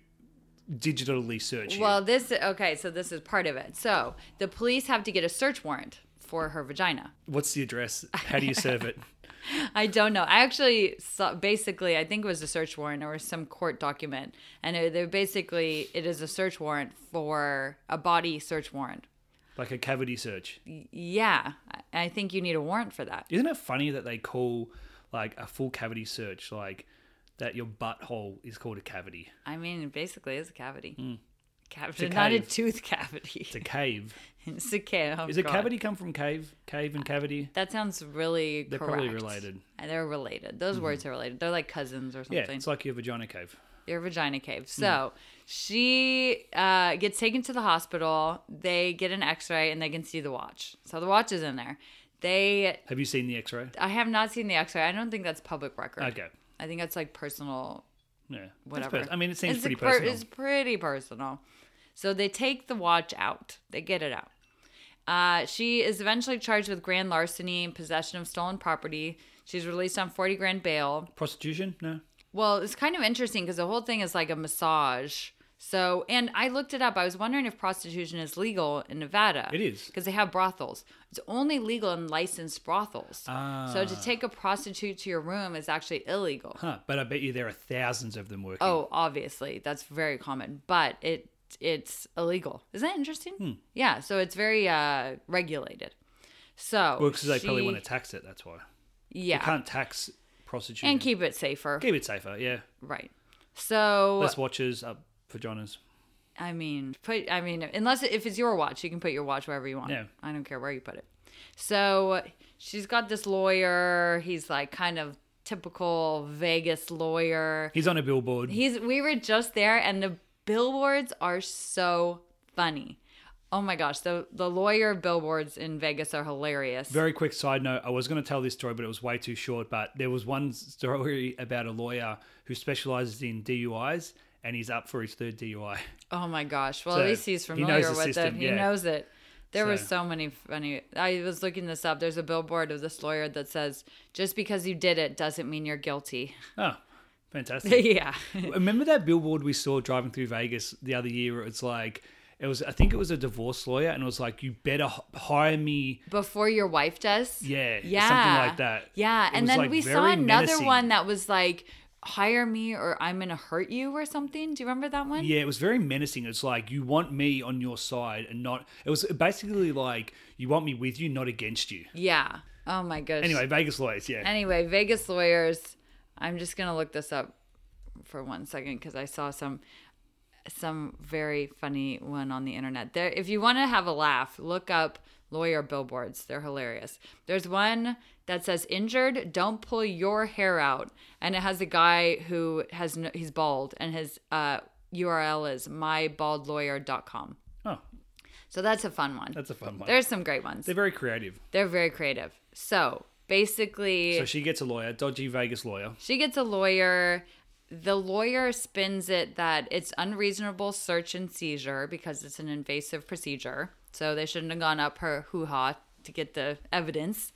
digitally search. you.
well this okay so this is part of it so the police have to get a search warrant for her vagina
What's the address? How do you serve it?
I don't know I actually saw basically I think it was a search warrant or some court document and it- they're basically it is a search warrant for a body search warrant
Like a cavity search.
yeah I- I think you need a warrant for that
Isn't it funny that they call like a full cavity search like that? Your butthole is called a cavity.
I mean basically it's a cavity cavity
Hmm. a
not a
cave.
tooth cavity
It's a cave.
it's a cave oh,
Is a
God.
cavity come from cave? Cave and cavity.
That sounds really
They're
correct.
probably related. Mm-hmm.
And they're related. Those words are related. They're like cousins or
Yeah,
something.
it's like your vagina cave.
Your vagina cave.
Hmm.
So she uh, gets taken to the hospital. They get an X-ray and they can see the watch. So the watch is in there. They.
Have you seen the X-ray?
I have not seen the X-ray. I don't think that's public record.
Okay.
I think that's like personal
Yeah. That's
whatever.
pers- I mean, it seems
It's
pretty
a per-
personal.
It's pretty personal. So they take the watch out. They get it out. Uh, she is eventually charged with grand larceny and possession of stolen property. She's released on forty grand bail.
Prostitution? No.
Well, it's kind of interesting because the whole thing is like a massage. So, and I looked it up. I was wondering if prostitution is legal in Nevada.
It is.
Because they have brothels. It's only legal in licensed brothels. So, to
Ah.
take a prostitute to your room is actually illegal.
Huh, but I bet you there are thousands of them working.
Oh, obviously, that's very common, but it it's illegal. Is that interesting?
Hmm.
Yeah, so it's very uh, regulated. So
well, because they probably
she-
want to tax it. That's why you
yeah,
can't tax prostitution.
and keep it safer,
keep it safer. Yeah,
right? So
less watches up vaginas.
I mean, put I mean, unless if it's your watch, you can put your watch wherever you want.
Yeah.
I don't care where you put it. So she's got this lawyer. He's like kind of typical Vegas lawyer.
He's on a billboard.
He's we were just there and the billboards are so funny. Oh my gosh, the the lawyer billboards in Vegas are hilarious.
Very quick side note: I was going to tell this story, but it was way too short. But there was one story about a lawyer who specializes in DUIs, and he's up for his third DUI.
oh my gosh. Well,
So,
at least he's
he knows
familiar
the
with
system,
it. He
yeah.
knows it. There were
So-
so many funny. I was looking this up. There's a billboard of this lawyer that says, "Just because you did it doesn't mean you're guilty."
Oh, fantastic!
yeah.
Remember that billboard we saw driving through Vegas the other year? It's like it was. I think it was a divorce lawyer, and it was like, "You better h- hire me."
Before your wife does.
Yeah,
Yeah.
something like that.
Yeah.
It
And
was,
then
like,
we
very
saw another
menacing.
one that was like, hire me or I'm going to hurt you or something. Do you remember that one?
Yeah, it was very menacing. It's like you want me on your side and not. It was basically like you want me with you, not against you.
Yeah. Oh my gosh.
Anyway, Vegas lawyers. Yeah,
Anyway, Vegas lawyers. I'm just gonna look this up for one second because I saw some some very funny one on the internet. There, if you want to have a laugh, look up lawyer billboards. They're hilarious. There's one that says "Injured, don't pull your hair out," and it has a guy who has no, he's bald, and his uh, URL is mybaldlawyer.com.
oh,
So that's a fun one.
that's a fun one.
There's some great ones.
They're very creative.
They're very creative. So basically,
So she gets a lawyer, dodgy Vegas lawyer.
She gets a lawyer. The lawyer spins it that it's unreasonable search and seizure because it's an invasive procedure. So they shouldn't have gone up her hoo ha to get the evidence.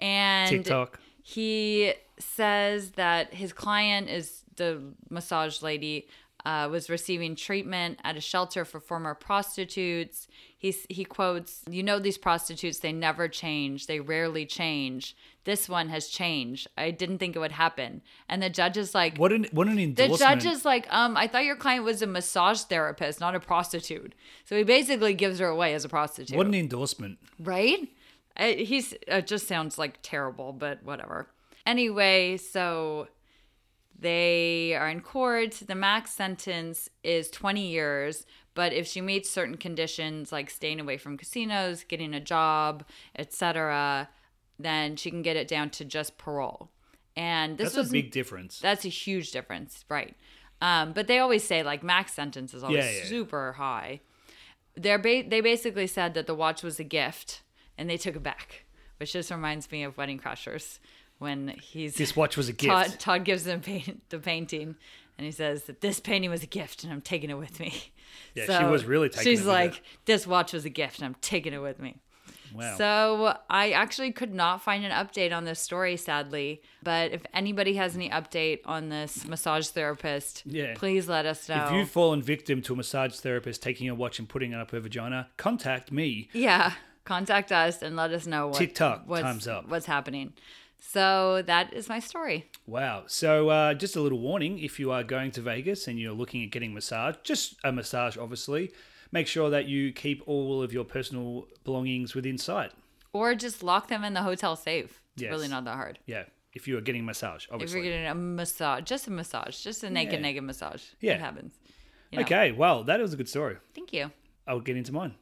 And
TikTok.
he says that his client is the massage lady. Uh, was receiving treatment at a shelter for former prostitutes. He, he quotes, You know, these prostitutes, they never change. They rarely change. This one has changed. I didn't think it would happen. And the judge is like,
What an what an
The
endorsement.
judge is like, um, I thought your client was a massage therapist, not a prostitute. So he basically gives her away as a prostitute.
what an endorsement.
Right? Uh, He's it just sounds like terrible, but whatever. Anyway, so they are in court. The max sentence is 20 years, but if she meets certain conditions like staying away from casinos, getting a job, etc., then she can get it down to just parole. And this
That's
was
a big difference.
that's a huge difference, right? Um, but they always say like max sentence is always
Yeah, yeah, yeah.
super high. They're ba- they basically said that the watch was a gift and they took it back, which just reminds me of Wedding Crashers when he's
this watch was a gift.
Todd, Todd gives him paint, the painting and he says that this painting was a gift and I'm taking it with me.
Yeah, she was really taking
She's
it with
like,
her.
this watch was a gift and I'm taking it with me.
wow.
So I actually could not find an update on this story, sadly. But if anybody has any update on this massage therapist,
Yeah.
please let us know.
if you've fallen victim to a massage therapist taking a watch and putting it up her vagina, contact me.
yeah, contact us and let us know what,
TikTok,
what's,
time's up.
what's happening. So that is my story.
Wow. So, uh, just a little warning if you are going to Vegas and you're looking at getting massage, just a massage, obviously, make sure that you keep all of your personal belongings within sight.
Or just lock them in the hotel safe. It's
Yes.
really not that hard.
Yeah. If you are getting massage,
If
obviously.
you're getting a massage, just a massage, just a naked,
Yeah.
naked massage.
Yeah.
It happens. you know.
Okay. Well, that was a good story.
Thank you.
I'll get into mine.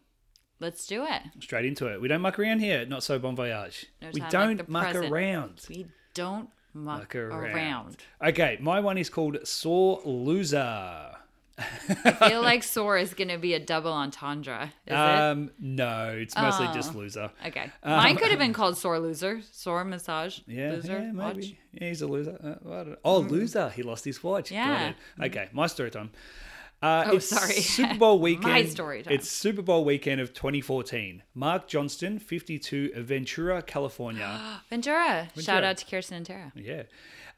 Let's do it.
Straight into it. We don't muck around here. at Not so bon voyage.
No time
we
like
don't
the
muck
present.
around.
We don't muck,
Muck
around.
around. Okay. My one is called Sore Loser.
I feel like sore is going to be a double entendre. Is
um, No, it's mostly just
Oh.
loser.
it? Okay. Mine could have been called sore loser, sore massage,
um, Yeah,
loser,
yeah,
watch.
maybe. Yeah, he's a loser. Uh, I don't know. Oh, loser! He lost his watch. Got
Yeah. Mm.
it. Okay, my story time. Uh,
Oh,
it's
sorry.
Super Bowl weekend.
My story time.
It's Super Bowl weekend of 2014. Mark Johnston, 52, of Ventura, California.
Oh, Ventura. Shout
Ventura.
out to Kirsten and Tara.
yeah.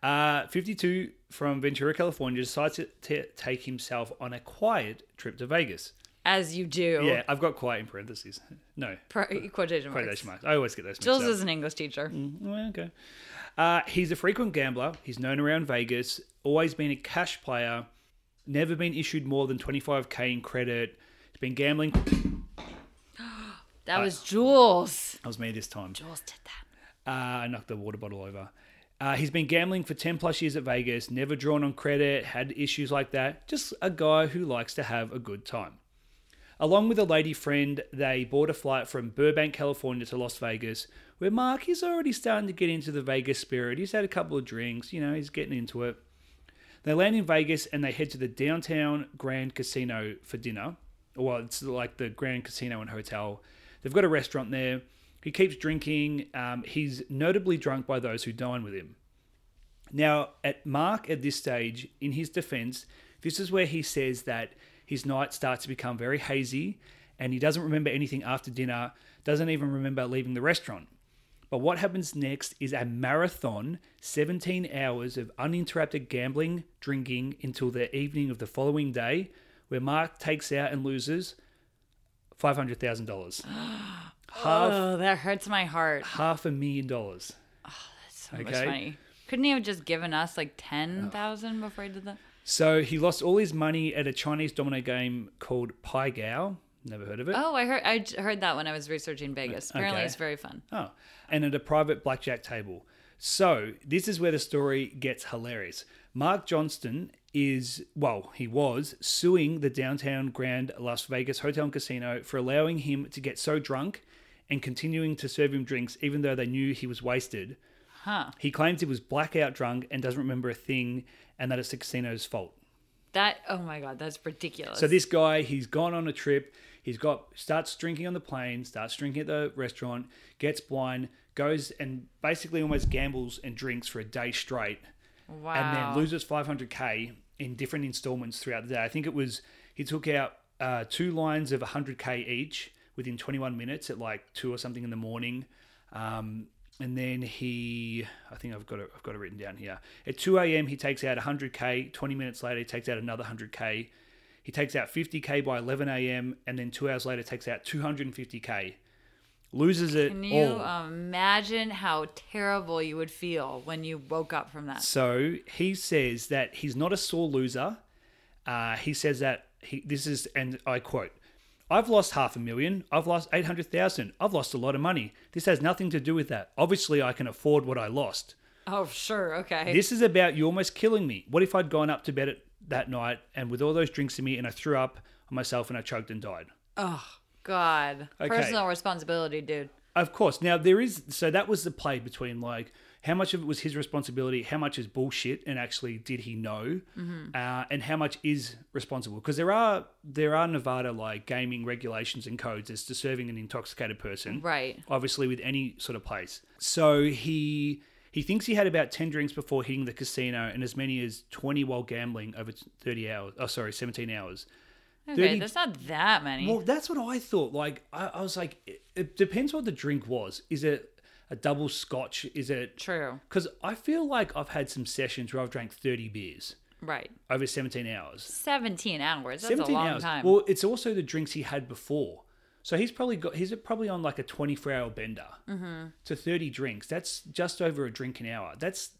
Uh, 52 from Ventura, California, decides to t- take himself on a quiet trip to Vegas.
As you do.
Yeah, I've got quiet in parentheses. No,
Pro- quotation marks.
quotation marks. Mm. I always get those.
Jules
mixed up.
is an English teacher.
Well, okay. Uh, he's a frequent gambler. He's known around Vegas. Always been a cash player. Never been issued more than 25k in credit. He's been gambling.
That
Uh,
was Jules.
That was me this time.
Jules did that.
Uh, I knocked the water bottle over. Uh, he's been gambling for 10 plus years at Vegas. Never drawn on credit. Had issues like that. Just a guy who likes to have a good time. Along with a lady friend, they board a flight from Burbank, California to Las Vegas, where Mark is already starting to get into the Vegas spirit. He's had a couple of drinks, you know, he's getting into it. They land in Vegas and they head to the downtown Grand Casino for dinner. Well, it's like the Grand Casino and Hotel. They've got a restaurant there. He keeps drinking. Um, he's notably drunk by those who dine with him. Now, at Mark, at this stage, in his defense, this is where he says that his night starts to become very hazy and he doesn't remember anything after dinner, doesn't even remember leaving the restaurant. But what happens next is a marathon, 17 hours of uninterrupted gambling, drinking until the evening of the following day, where Mark takes out and loses $500,000. half,
Oh, that hurts my heart.
half a million dollars.
So much
Okay.
money. Couldn't he have just given us like ten thousand before he did that?
So he lost all his money at a Chinese domino game called Pai Gao. Never heard of it.
Oh, I heard I j- heard that when I was researching Vegas. Apparently,
Uh, okay.
it's very fun.
Oh, and at a private blackjack table. So this is where the story gets hilarious. Mark Johnston is, well, he was suing the downtown Grand Las Vegas Hotel and Casino for allowing him to get so drunk and continuing to serve him drinks even though they knew he was wasted.
Huh.
He claims he was blackout drunk and doesn't remember a thing and that it's the casino's fault.
That oh my god, that's ridiculous.
So this guy, he's gone on a trip. He's got starts drinking on the plane, starts drinking at the restaurant, gets blind, goes and basically almost gambles and drinks for a day straight,
wow.
and then loses 500k in different installments throughout the day. I think it was he took out uh, two lines of 100k each within 21 minutes at like two or something in the morning. Um, and then he, I think I've got it, I've got it written down here. At 2 a.m., he takes out 100k. 20 minutes later, he takes out another 100k. He takes out 50k by 11 a.m. and then two hours later takes out 250k. Loses it
Can you um,
all.
imagine how terrible you would feel when you woke up from that?
So he says that he's not a sore loser. Uh, he says that he, this is, and I quote, I've lost half a million. I've lost 800,000. I've lost a lot of money. This has nothing to do with that. Obviously, I can afford what I lost.
Oh, sure, okay.
This is about you almost killing me. What if I'd gone up to bed at, that night and with all those drinks in me and I threw up on myself and I choked and died?
oh God,
Okay.
personal responsibility, dude.
Of course. Now there is so that was the play between like how much of it was his responsibility, how much is bullshit, and actually did he know, uh, and how much is responsible? Because there are there are Nevada like gaming regulations and codes as to serving an intoxicated person,
Right.
Obviously, with any sort of place. So he he thinks he had about ten drinks before hitting the casino, and as many as twenty while gambling over thirty hours. Oh, sorry, seventeen hours.
Okay,
30
that's not that many.
Well, that's what I thought. Like, I, I was like, it, it depends what the drink was. Is it a double scotch? Is it.
True.
Because I feel like I've had some sessions where I've drank 30 beers
Right.
over 17 hours.
Seventeen hours. That's a long time.
Well, it's also the drinks he had before. So he's probably got, he's probably on like a 24 hour bender
Mm-hmm.
to 30 drinks. That's just over a drink an hour. That's,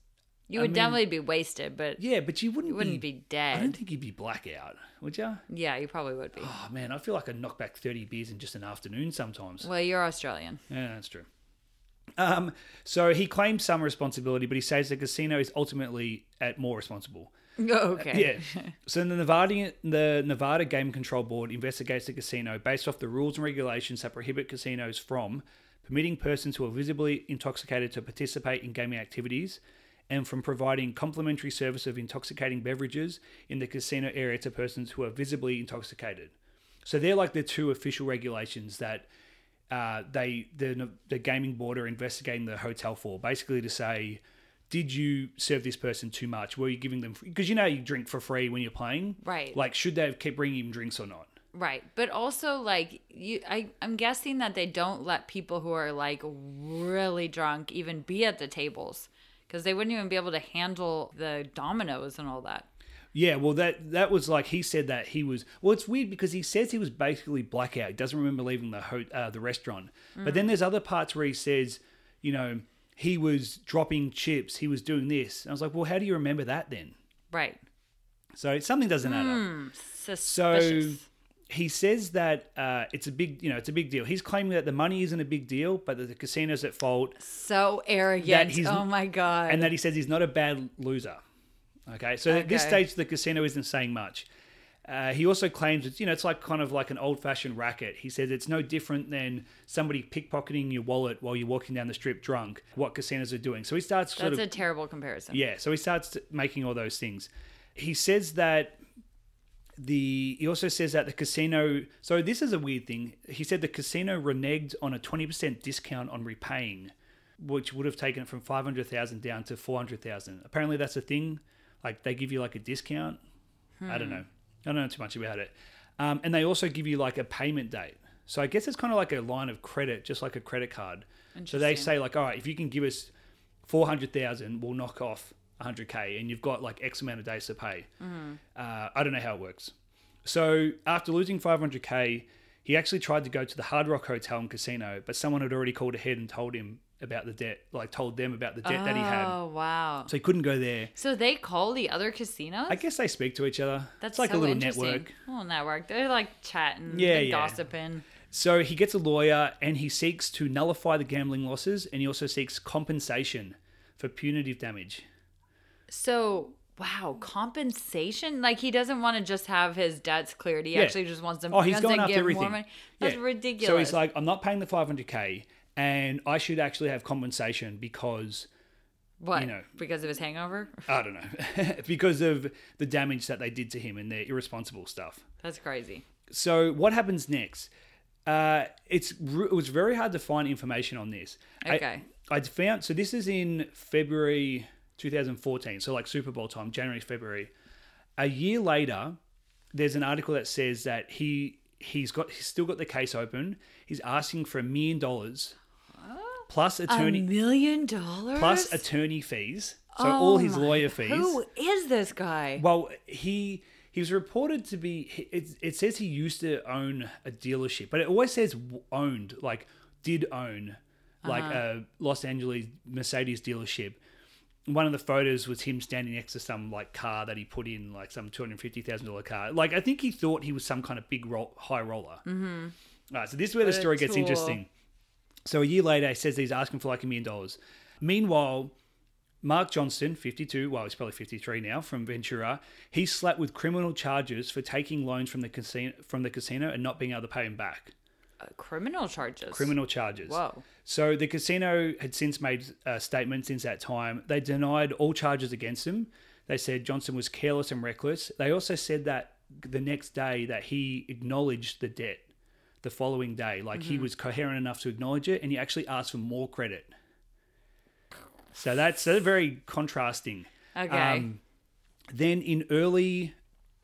you would definitely be wasted, but
yeah, but you wouldn't,
you wouldn't be
I don't
dead.
think you'd be blackout, would you?
Yeah, you probably would be.
Oh, man, I feel like I knock back 30 beers in just an afternoon sometimes.
Well, you're Australian.
Yeah, that's true. Um, so he claims some responsibility, but he says the casino is ultimately at more responsible.
Okay.
Yeah. so the Nevada the Nevada Game Control Board investigates the casino based off the rules and regulations that prohibit casinos from permitting persons who are visibly intoxicated to participate in gaming activities and from providing complimentary service of intoxicating beverages in the casino area to persons who are visibly intoxicated. So they're like the two official regulations that uh, they the the gaming board are investigating the hotel for, basically to say did you serve this person too much? Were you giving them because you know you drink for free when you're playing,
Right.
Like, should they have kept bringing him drinks or not?
Right. But also like you I I'm guessing that they don't let people who are like really drunk even be at the tables cuz they wouldn't even be able to handle the dominoes and all that.
Yeah, well, that that was like he said that he was. Well, it's weird because he says he was basically blackout. He doesn't remember leaving the ho- uh, the restaurant. But then there's other parts where he says, you know, he was dropping chips. He was doing this. And I was like, well, how do you remember that then?
Right.
So something doesn't add up.
Suspicious.
he says that uh, it's a big, you know, it's a big deal. He's claiming that the money isn't a big deal, but that the casino's at fault,
So, arrogant.
he's-
Oh my god.
and that he says he's not a bad loser. Okay, so at this
Okay.
stage, the casino isn't saying much. Uh, he also claims it's, you know, it's like kind of like an old-fashioned racket. He says it's no different than somebody pickpocketing your wallet while you're walking down the strip drunk. What casinos are doing. So he starts sort
That's a
of
terrible comparison.
Yeah, so he starts making all those things. He says that the he also says that the casino so this is a weird thing. He said the casino reneged on a 20% discount on repaying, which would have taken it from 500,000 down to 400,000. Apparently that's a thing. Like they give you like a discount. I
Hmm.
don't know. I don't know too much about it. Um, and they also give you like a payment date. So I guess it's kind of like a line of credit, just like a credit card. So they say like, all right, if you can give us four hundred thousand, we'll knock off hundred k, and you've got like X amount of days to pay.
Mm-hmm.
Uh, I don't know how it works. So after losing five hundred k, he actually tried to go to the Hard Rock Hotel and Casino, but someone had already called ahead and told him about the debt, like told them about the debt that he had.
Oh, wow.
So he couldn't go there.
So they call the other casinos?
I guess they speak to each other.
That's
it's like
so
a little
interesting.
network.
Little network. They're like chatting,
Yeah,
yeah,
yeah.
gossiping.
So he gets a lawyer and he seeks to nullify the gambling losses and he also seeks compensation for punitive damage.
So wow, compensation? Like he doesn't want to just have his debts cleared. He
Yeah.
actually just wants them.
Oh, he's
wants to
going after
give more
everything.
money. That's
Yeah.
ridiculous.
So he's like, I'm not paying the 500k and I should actually have compensation because,
what?
you know.
because of his hangover?
I don't know, because of the damage that they did to him and their irresponsible stuff.
That's crazy.
So what happens next? Uh, it's r- it was very hard to find information on this. I-
Okay.
I, found so this is in February 2014, so like Super Bowl time, January February. A year later, there's an article that says that he he's got he's still got the case open. He's asking for a million dollars plus
A
attorney
million dollars?
plus attorney fees. So all his lawyer fees.
Who is this guy?
Well, he he was reported to be. he- It, it says he used to own a dealership, but it always says w- owned, like did own, like a Los Angeles Mercedes dealership. One of the photos was him standing next to some like car that he put in, like some two hundred fifty thousand dollar car. Like I think he thought he was some kind of big roll, high roller. Mm-hmm. All right, so this is where the
a
story gets
tool.
interesting. So a year later, he says he's asking for like a million dollars. Meanwhile, Mark Johnston, 52, well, he's probably 53 now, from Ventura, he's slapped with criminal charges for taking loans from the casino, from the casino and not being able to pay him back.
Uh, criminal charges.
Criminal charges.
Whoa.
So the casino had since made a statement since that time. They denied all charges against him. They said Johnson was careless and reckless. They also said that the next day that he acknowledged the debt the following day. Like he was coherent enough to acknowledge it and he actually asked for more credit. So that's uh, very contrasting.
Okay.
Um, then in early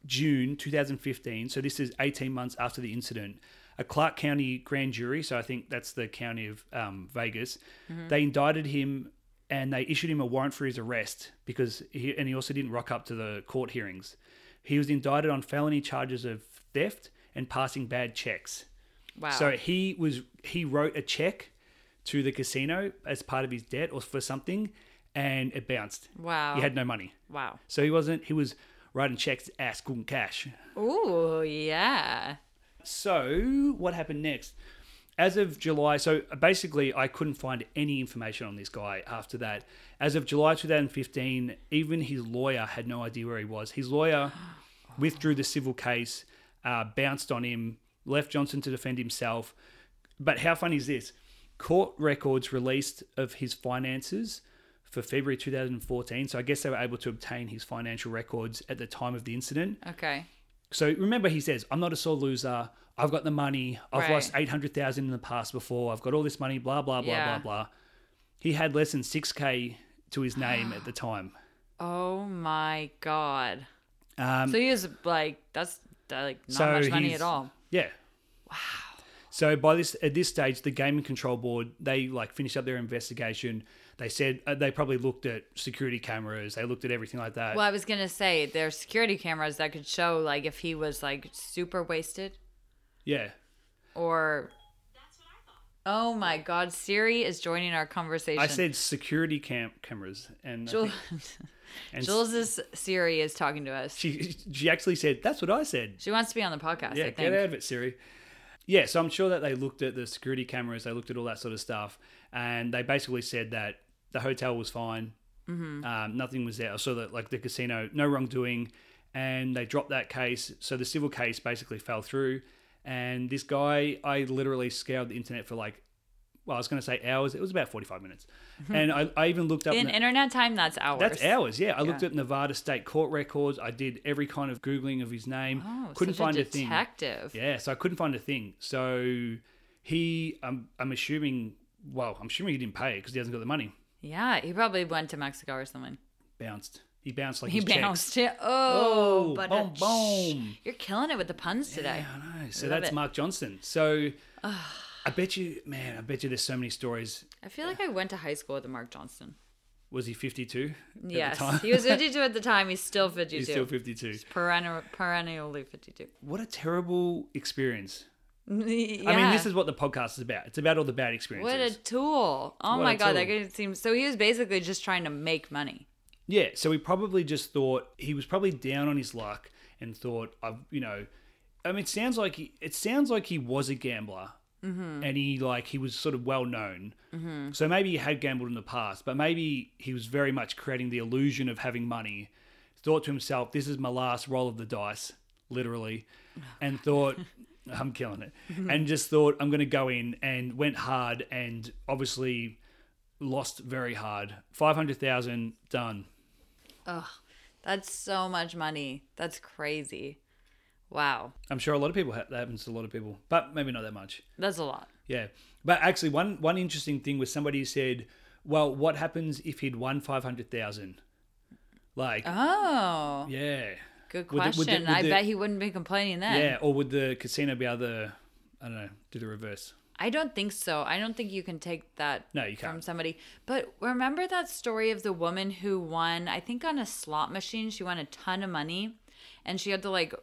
June 2015, so this is 18 months after the incident, a Clark County grand jury, so I think that's the county of um, Vegas,
Mm-hmm.
they indicted him and they issued him a warrant for his arrest because he, and he also didn't rock up to the court hearings. He was indicted on felony charges of theft and passing bad checks.
wow.
So he was he wrote a check to the casino as part of his debt or for something and it bounced.
wow.
He had no money.
wow.
So he wasn't. He was writing checks, ass good cash.
Ooh, yeah.
So what happened next? As of July, so basically, I couldn't find any information on this guy after that. As of July 2015, even his lawyer had no idea where he was. His lawyer withdrew the civil case, uh, bounced on him, left Johnson to defend himself. But how funny is this? Court records released of his finances for February 2014. So I guess they were able to obtain his financial records at the time of the incident.
Okay.
So remember, he says, "I'm not a sore loser. I've got the money. I've
Right.
lost eight hundred thousand in the past before. I've got all this money. Blah blah blah
Yeah.
blah blah." He had less than six k to his name at the time.
Oh my god.
Um,
So he was like that's uh, like not
So
much money
he's-
at all.
Yeah. Wow. So by this at this stage, the gaming control board they like finished up their investigation. They said uh, they probably looked at security cameras. They looked at everything like that.
Well, I was gonna say there's security cameras that could show like if he was like super wasted
Yeah.
or. Oh my God! Siri is joining our conversation.
I said security cam- cameras, and I
Jules,
think- and
Jules's Siri is talking to us. She,
she she actually said that's what I said.
wants to be on the podcast.
Yeah,
I
get
think.
out of it, Siri. Yeah, so I'm sure that they looked at the security cameras, they looked at all that sort of stuff, and they basically said that the hotel was fine,
Mm-hmm.
um, nothing was there. So that like the casino, no wrongdoing, and they dropped that case. So the civil case basically fell through, and this guy, I literally scoured the internet for like, well, I was going to say hours. It was about 45 minutes, and I, I even looked up
In
Na-
internet time, that's hours.
that's hours, yeah. I looked at Nevada state court records. I did every kind of googling of his name.
Oh,
couldn't
such
find
a
a thing.
detective.
Yeah, so I couldn't find a thing. So he, I'm, I'm assuming, well, I'm assuming he didn't pay because he hasn't got the money.
Yeah, he probably went to Mexico or something.
Bounced. He bounced like
He
his checks.
bounced. Yeah. Oh,
Oh,
but
boom,
shh,
boom.
You're killing it with the puns today.
Yeah, I know. So
Love
that's
it.
Mark Johnson. So I bet you, man, I bet you there's so many stories.
I feel like I went to high school with a Mark Johnston.
Was he 52? at the
Yes,
time?
he was 52 at the time. He's still 52.
He's still 52.
Perennial, perennially 52.
What a terrible experience.
yeah.
I mean, this is what the podcast is about. It's about all the bad experiences.
what a tool. Oh
What
my
a
god, that
tool.
could seem so. He was basically just trying to make money.
Yeah, so he probably just thought he was probably down on his luck and thought, I've you know, I mean, it sounds like he, it sounds like he was a gambler, and he like he was sort of well known. Mm-hmm. So maybe he had gambled in the past, but maybe he was very much creating the illusion of having money. Thought to himself, "This is my last roll of the dice," literally, and thought. I'm killing it. And just thought I'm going to go in and went hard and obviously lost very hard. 500,000 done.
Ugh, that's so much money. That's crazy. Wow,
I'm sure a lot of people ha- that happens to a lot of people, but maybe not that much.
that's a lot.
Yeah, but actually, one one interesting thing was somebody said, "Well, what happens if he'd won five hundred thousand? Like,
Oh,
yeah,
good
Would the-
question.
would the- would
I
the-
bet he wouldn't be complaining then.
yeah, or would the casino be other? I don't know, do the reverse?
I don't think so. I don't think you can take that
No, you
from
can't.
somebody. But remember that story of the woman who won, I think on a slot machine, she won a ton of money and she had to like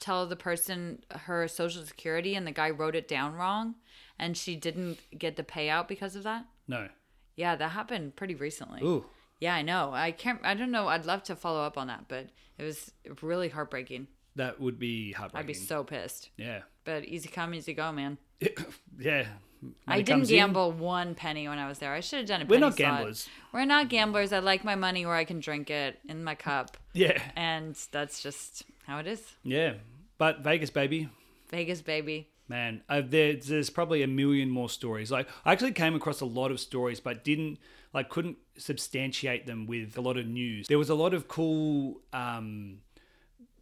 tell the person her social security and the guy wrote it down wrong and she didn't get the payout because of that.
No.
Yeah, that happened pretty recently.
Ooh,
Yeah, I know. I can't I don't know. I'd love to follow up on that, but it was really heartbreaking.
that would be heartbreaking.
I'd be so pissed.
yeah,
But easy come, easy go, man. I
yeah. Money
didn't
comes in.
gamble one penny when I was there. I should have done a penny
We're not
slot.
gamblers.
We're not gamblers. I like my money where I can drink it in my cup.
Yeah,
And that's just how it is.
yeah. But Vegas, baby,
Vegas, baby.
Man, uh, there, there's probably a million more stories. Like I actually came across a lot of stories, but didn't like couldn't substantiate them with a lot of news. There was a lot of cool um,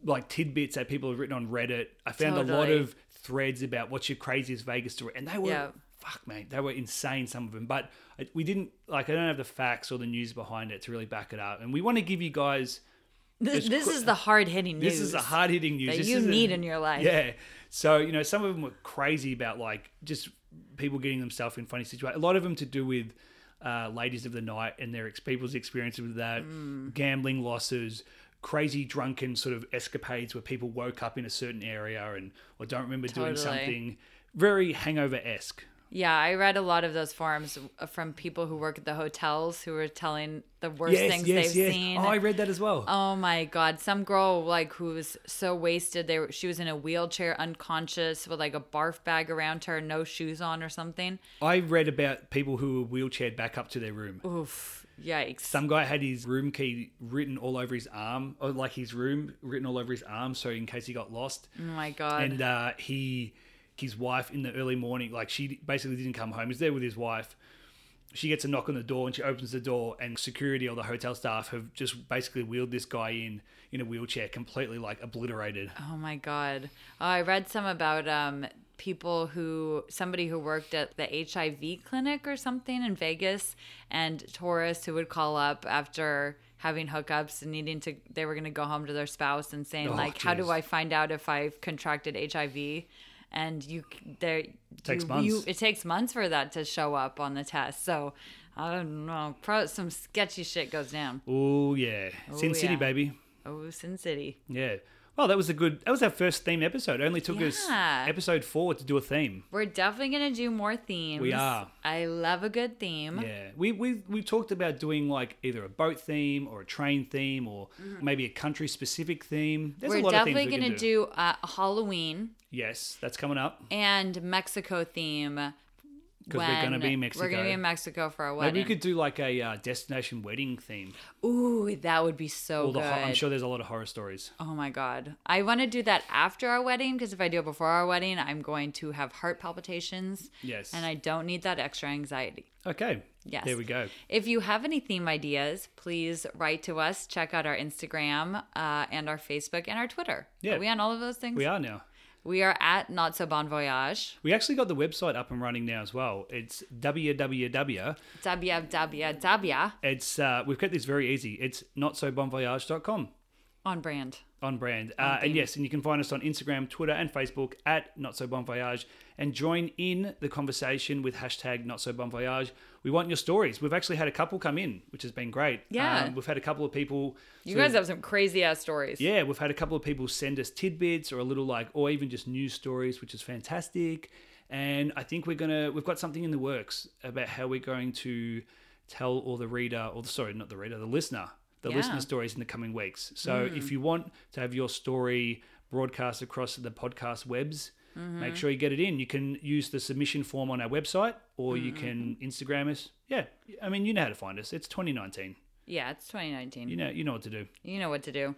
like tidbits that people have written on Reddit. I found a lot
Totally.
of threads about what's your craziest Vegas story, and they were
Yeah.
fuck, mate, they were insane. Some of them, but I- we didn't like I don't have the facts or the news behind it to really back it up. And we want to give you guys
This,
It's
this
qu-
is the hard hitting news.
this is a hard hitting news
that
This
you
isn't-
need in your life.
Yeah. So you know, some of them were crazy about like just people getting themselves in funny situations. A lot of them to do with uh, ladies of the night and their ex- people's experiences with that,
Mm.
gambling losses, crazy drunken sort of escapades where people woke up in a certain area and or don't remember doing
Totally.
something. Very hangover esque.
Yeah, I read a lot of those forums from people who work at the hotels who were telling the worst things they've seen.
Oh, I read that as well.
Oh my god! Some girl like who was so wasted. They were, she was in a wheelchair, unconscious, with like a barf bag around her, no shoes on or something.
I read about people who were wheelchaired back up to their room.
Oof! Yikes!
Some guy had his room key written all over his arm, or like his room written all over his arm, so in case he got lost.
oh my god!
And uh, he, his wife, in the early morning, like she basically didn't come home. He's there with his wife. She gets a knock on the door, and she opens the door, and security or the hotel staff have just basically wheeled this guy in in a wheelchair, completely like obliterated.
oh my god! Oh, I read some about um people who somebody who worked at the HIV clinic or something in Vegas and tourists who would call up after having hookups and needing to they were going to go home to their spouse and saying
Oh,
like how do
geez.
I find out if I've contracted HIV and you c- there
Takes
you-
months.
you- it takes months for that to show up on the test so I don't know pro, some sketchy shit goes down
Oh yeah, Sin
Oh,
City,
yeah.
baby.
oh Sin City
Yeah. Well, that was a good. That was our first theme episode. It only took us
Yeah.
episode four to do a theme.
we're definitely going to do more themes
We are.
I love a good theme
Yeah, we we we talked about doing like either a boat theme or a train theme or maybe a country specific theme. There's a
Mm-hmm. we're
lot
definitely
of things we
going
can
to do uh, Halloween
Yes, that's coming up.
and Mexico theme.
we're gonna
when
be
We're going
in Mexico.
to be in Mexico for a wedding.
Maybe we could do like a uh, destination wedding theme.
Ooh, that would be so
All the
good.
ho- I'm sure there's a lot of horror stories.
Oh my god, I want to do that after our wedding because if I do it before our wedding, I'm going to have heart palpitations.
Yes.
and I don't need that extra anxiety.
Okay.
Yes.
There we go.
If you have any theme ideas, please write to us. Check out our Instagram uh, and our Facebook and our Twitter.
Yeah.
Are we on all of those things?
We are now.
We are at Not So Bon Voyage.
We actually got the website up and running now as well. It's www.
Dabia, dabia, dabia.
It's uh, we've kept this very easy. It's notsobonvoyage.com
On brand.
on brand. Uh, and yes, and you can find us on Instagram, Twitter, and Facebook at notsobonvoyage and join in the conversation with hashtag notsobonvoyage. We want your stories. We've actually had a couple come in, which has been great.
Yeah.
Um, we've had a couple of people.
You
sort of-
guys have some crazy ass stories.
Yeah, we've had a couple of people send us tidbits or a little like, or even just news stories, which is fantastic. And I think we're gonna, we've got something in the works about how we're going to tell all the reader, or the, sorry, not the reader, the listener, the
Yeah.
listener stories in the coming weeks. So if you want to have your story broadcast across the podcast webs, make sure you get it in. You can use the submission form on our website, or you can Instagram us. Yeah, I mean, you know how to find us. It's 2019.
Yeah, it's 2019.
You know, you know what to do.
You know what to do.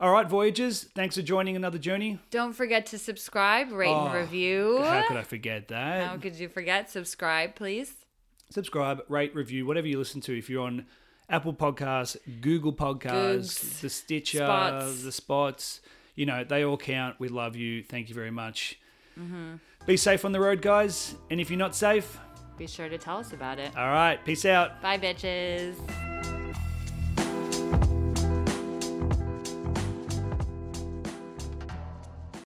All right, Voyagers, thanks for joining another journey.
Don't forget to subscribe, rate,
Oh,
and review.
How could I forget that?
How could you forget? Subscribe, please.
Subscribe, rate, review, whatever you listen to. If you're on Apple Podcasts, Google Podcasts,
Googs,
the Stitcher,
Spots.
the Spots, you know, they all count. We love you. Thank you very much.
Mm-hmm.
Be safe on the road, guys. And if you're not safe, Uh,
Be sure to tell us about it.
all right, peace out.
Bye, bitches.